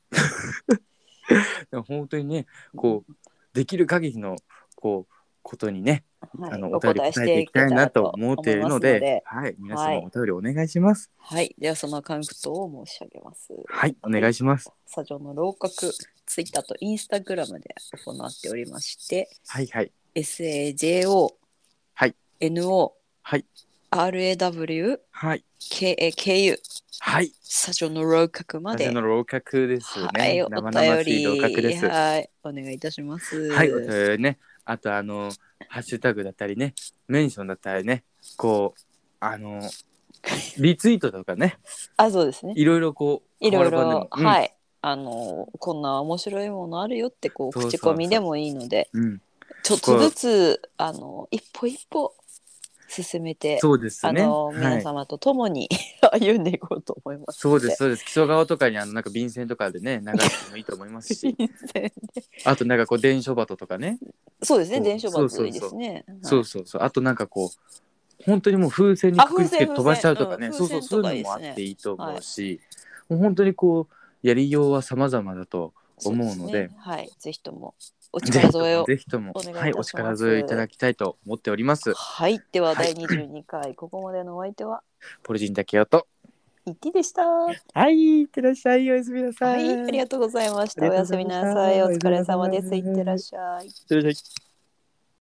Speaker 1: でも本当にね、こうできる限りのこうことにね、
Speaker 2: はい
Speaker 1: あのお
Speaker 2: お
Speaker 1: 便り
Speaker 2: 答
Speaker 1: 答
Speaker 2: えし
Speaker 1: えて
Speaker 2: て
Speaker 1: い
Speaker 2: い
Speaker 1: き
Speaker 2: き
Speaker 1: た
Speaker 2: た
Speaker 1: い
Speaker 2: い
Speaker 1: な
Speaker 2: な
Speaker 1: と
Speaker 2: と
Speaker 1: 思
Speaker 2: 思
Speaker 1: っ
Speaker 2: ってて
Speaker 1: い
Speaker 2: い
Speaker 1: る
Speaker 2: る
Speaker 1: の
Speaker 2: の
Speaker 1: で、
Speaker 2: で、
Speaker 1: はい、皆様
Speaker 2: はい
Speaker 1: お便りお願いします。
Speaker 2: はい、ではその感覚を申し上げます。
Speaker 1: はい、お願いします。
Speaker 2: スタジオの楼閣、ツイッターとインスタグラムで行っておりまして、
Speaker 1: はいはい。
Speaker 2: SAJO、
Speaker 1: はい、
Speaker 2: NO、
Speaker 1: はい、
Speaker 2: RAW、
Speaker 1: はい。
Speaker 2: KAKU、
Speaker 1: はい。
Speaker 2: スタジオの楼閣ま
Speaker 1: 私
Speaker 2: で
Speaker 1: の。老客ですよね。
Speaker 2: はい、お
Speaker 1: 生々
Speaker 2: 便
Speaker 1: しい老客で
Speaker 2: り、
Speaker 1: す。
Speaker 2: はい、お願いいたします。
Speaker 1: はい、お便りね。あと、あの、ハッシュタグだったりね、メンションだったりね、こう、あの、リツイートとかね、
Speaker 2: あ、そうですね。
Speaker 1: いろいろこう、
Speaker 2: いろい
Speaker 1: コラボ
Speaker 2: ろ、
Speaker 1: でもうん
Speaker 2: はい、あの、こんな面白いものあるよって、こう
Speaker 1: そうそうそう
Speaker 2: 口コミでもいいので。
Speaker 1: うん、
Speaker 2: ちょっとずつあの一歩一歩進めて、
Speaker 1: そうです
Speaker 2: あ
Speaker 1: ね。
Speaker 2: の
Speaker 1: は
Speaker 2: 皆
Speaker 1: い。
Speaker 2: 様と共に歩んでいこうと思います
Speaker 1: そうです、そうです。基礎側とかに、あの、なんか便箋とかでね、流してもいいと思います し、あと、なんかこう、伝書鳩とかね、
Speaker 2: そうです
Speaker 1: そう
Speaker 2: ね伝書
Speaker 1: そうそうそう
Speaker 2: 箱いいですね
Speaker 1: そううそうそう、あと、なんかこう、本当にもう風船に
Speaker 2: あ
Speaker 1: くくりつけて
Speaker 2: 風船
Speaker 1: 飛ばしちゃうとかね、
Speaker 2: 風
Speaker 1: そ
Speaker 2: 船
Speaker 1: うそうう、
Speaker 2: ん
Speaker 1: そういうのもあっていいと思うし、もう本当にこう、やりようは様々だと思うので、
Speaker 2: はいぜひともお力添え を
Speaker 1: ぜひとも
Speaker 2: お願いいたします
Speaker 1: はい、お力添えいただきたいと思っております。
Speaker 2: はいでは
Speaker 1: はい
Speaker 2: 第22回ここまでのお相手は
Speaker 1: ポルジンだけよと。
Speaker 2: イッティでしたは
Speaker 1: はい、いってらっしゃい。おやすみなさい。
Speaker 2: いありがとうございました
Speaker 1: あり
Speaker 2: お
Speaker 1: が
Speaker 2: や
Speaker 1: と
Speaker 2: す
Speaker 1: うござい
Speaker 2: み
Speaker 1: ました
Speaker 2: なさいお疲れ様です
Speaker 1: おや
Speaker 2: い
Speaker 1: すみなさい
Speaker 2: ってらっしゃい
Speaker 1: いってらっしゃい。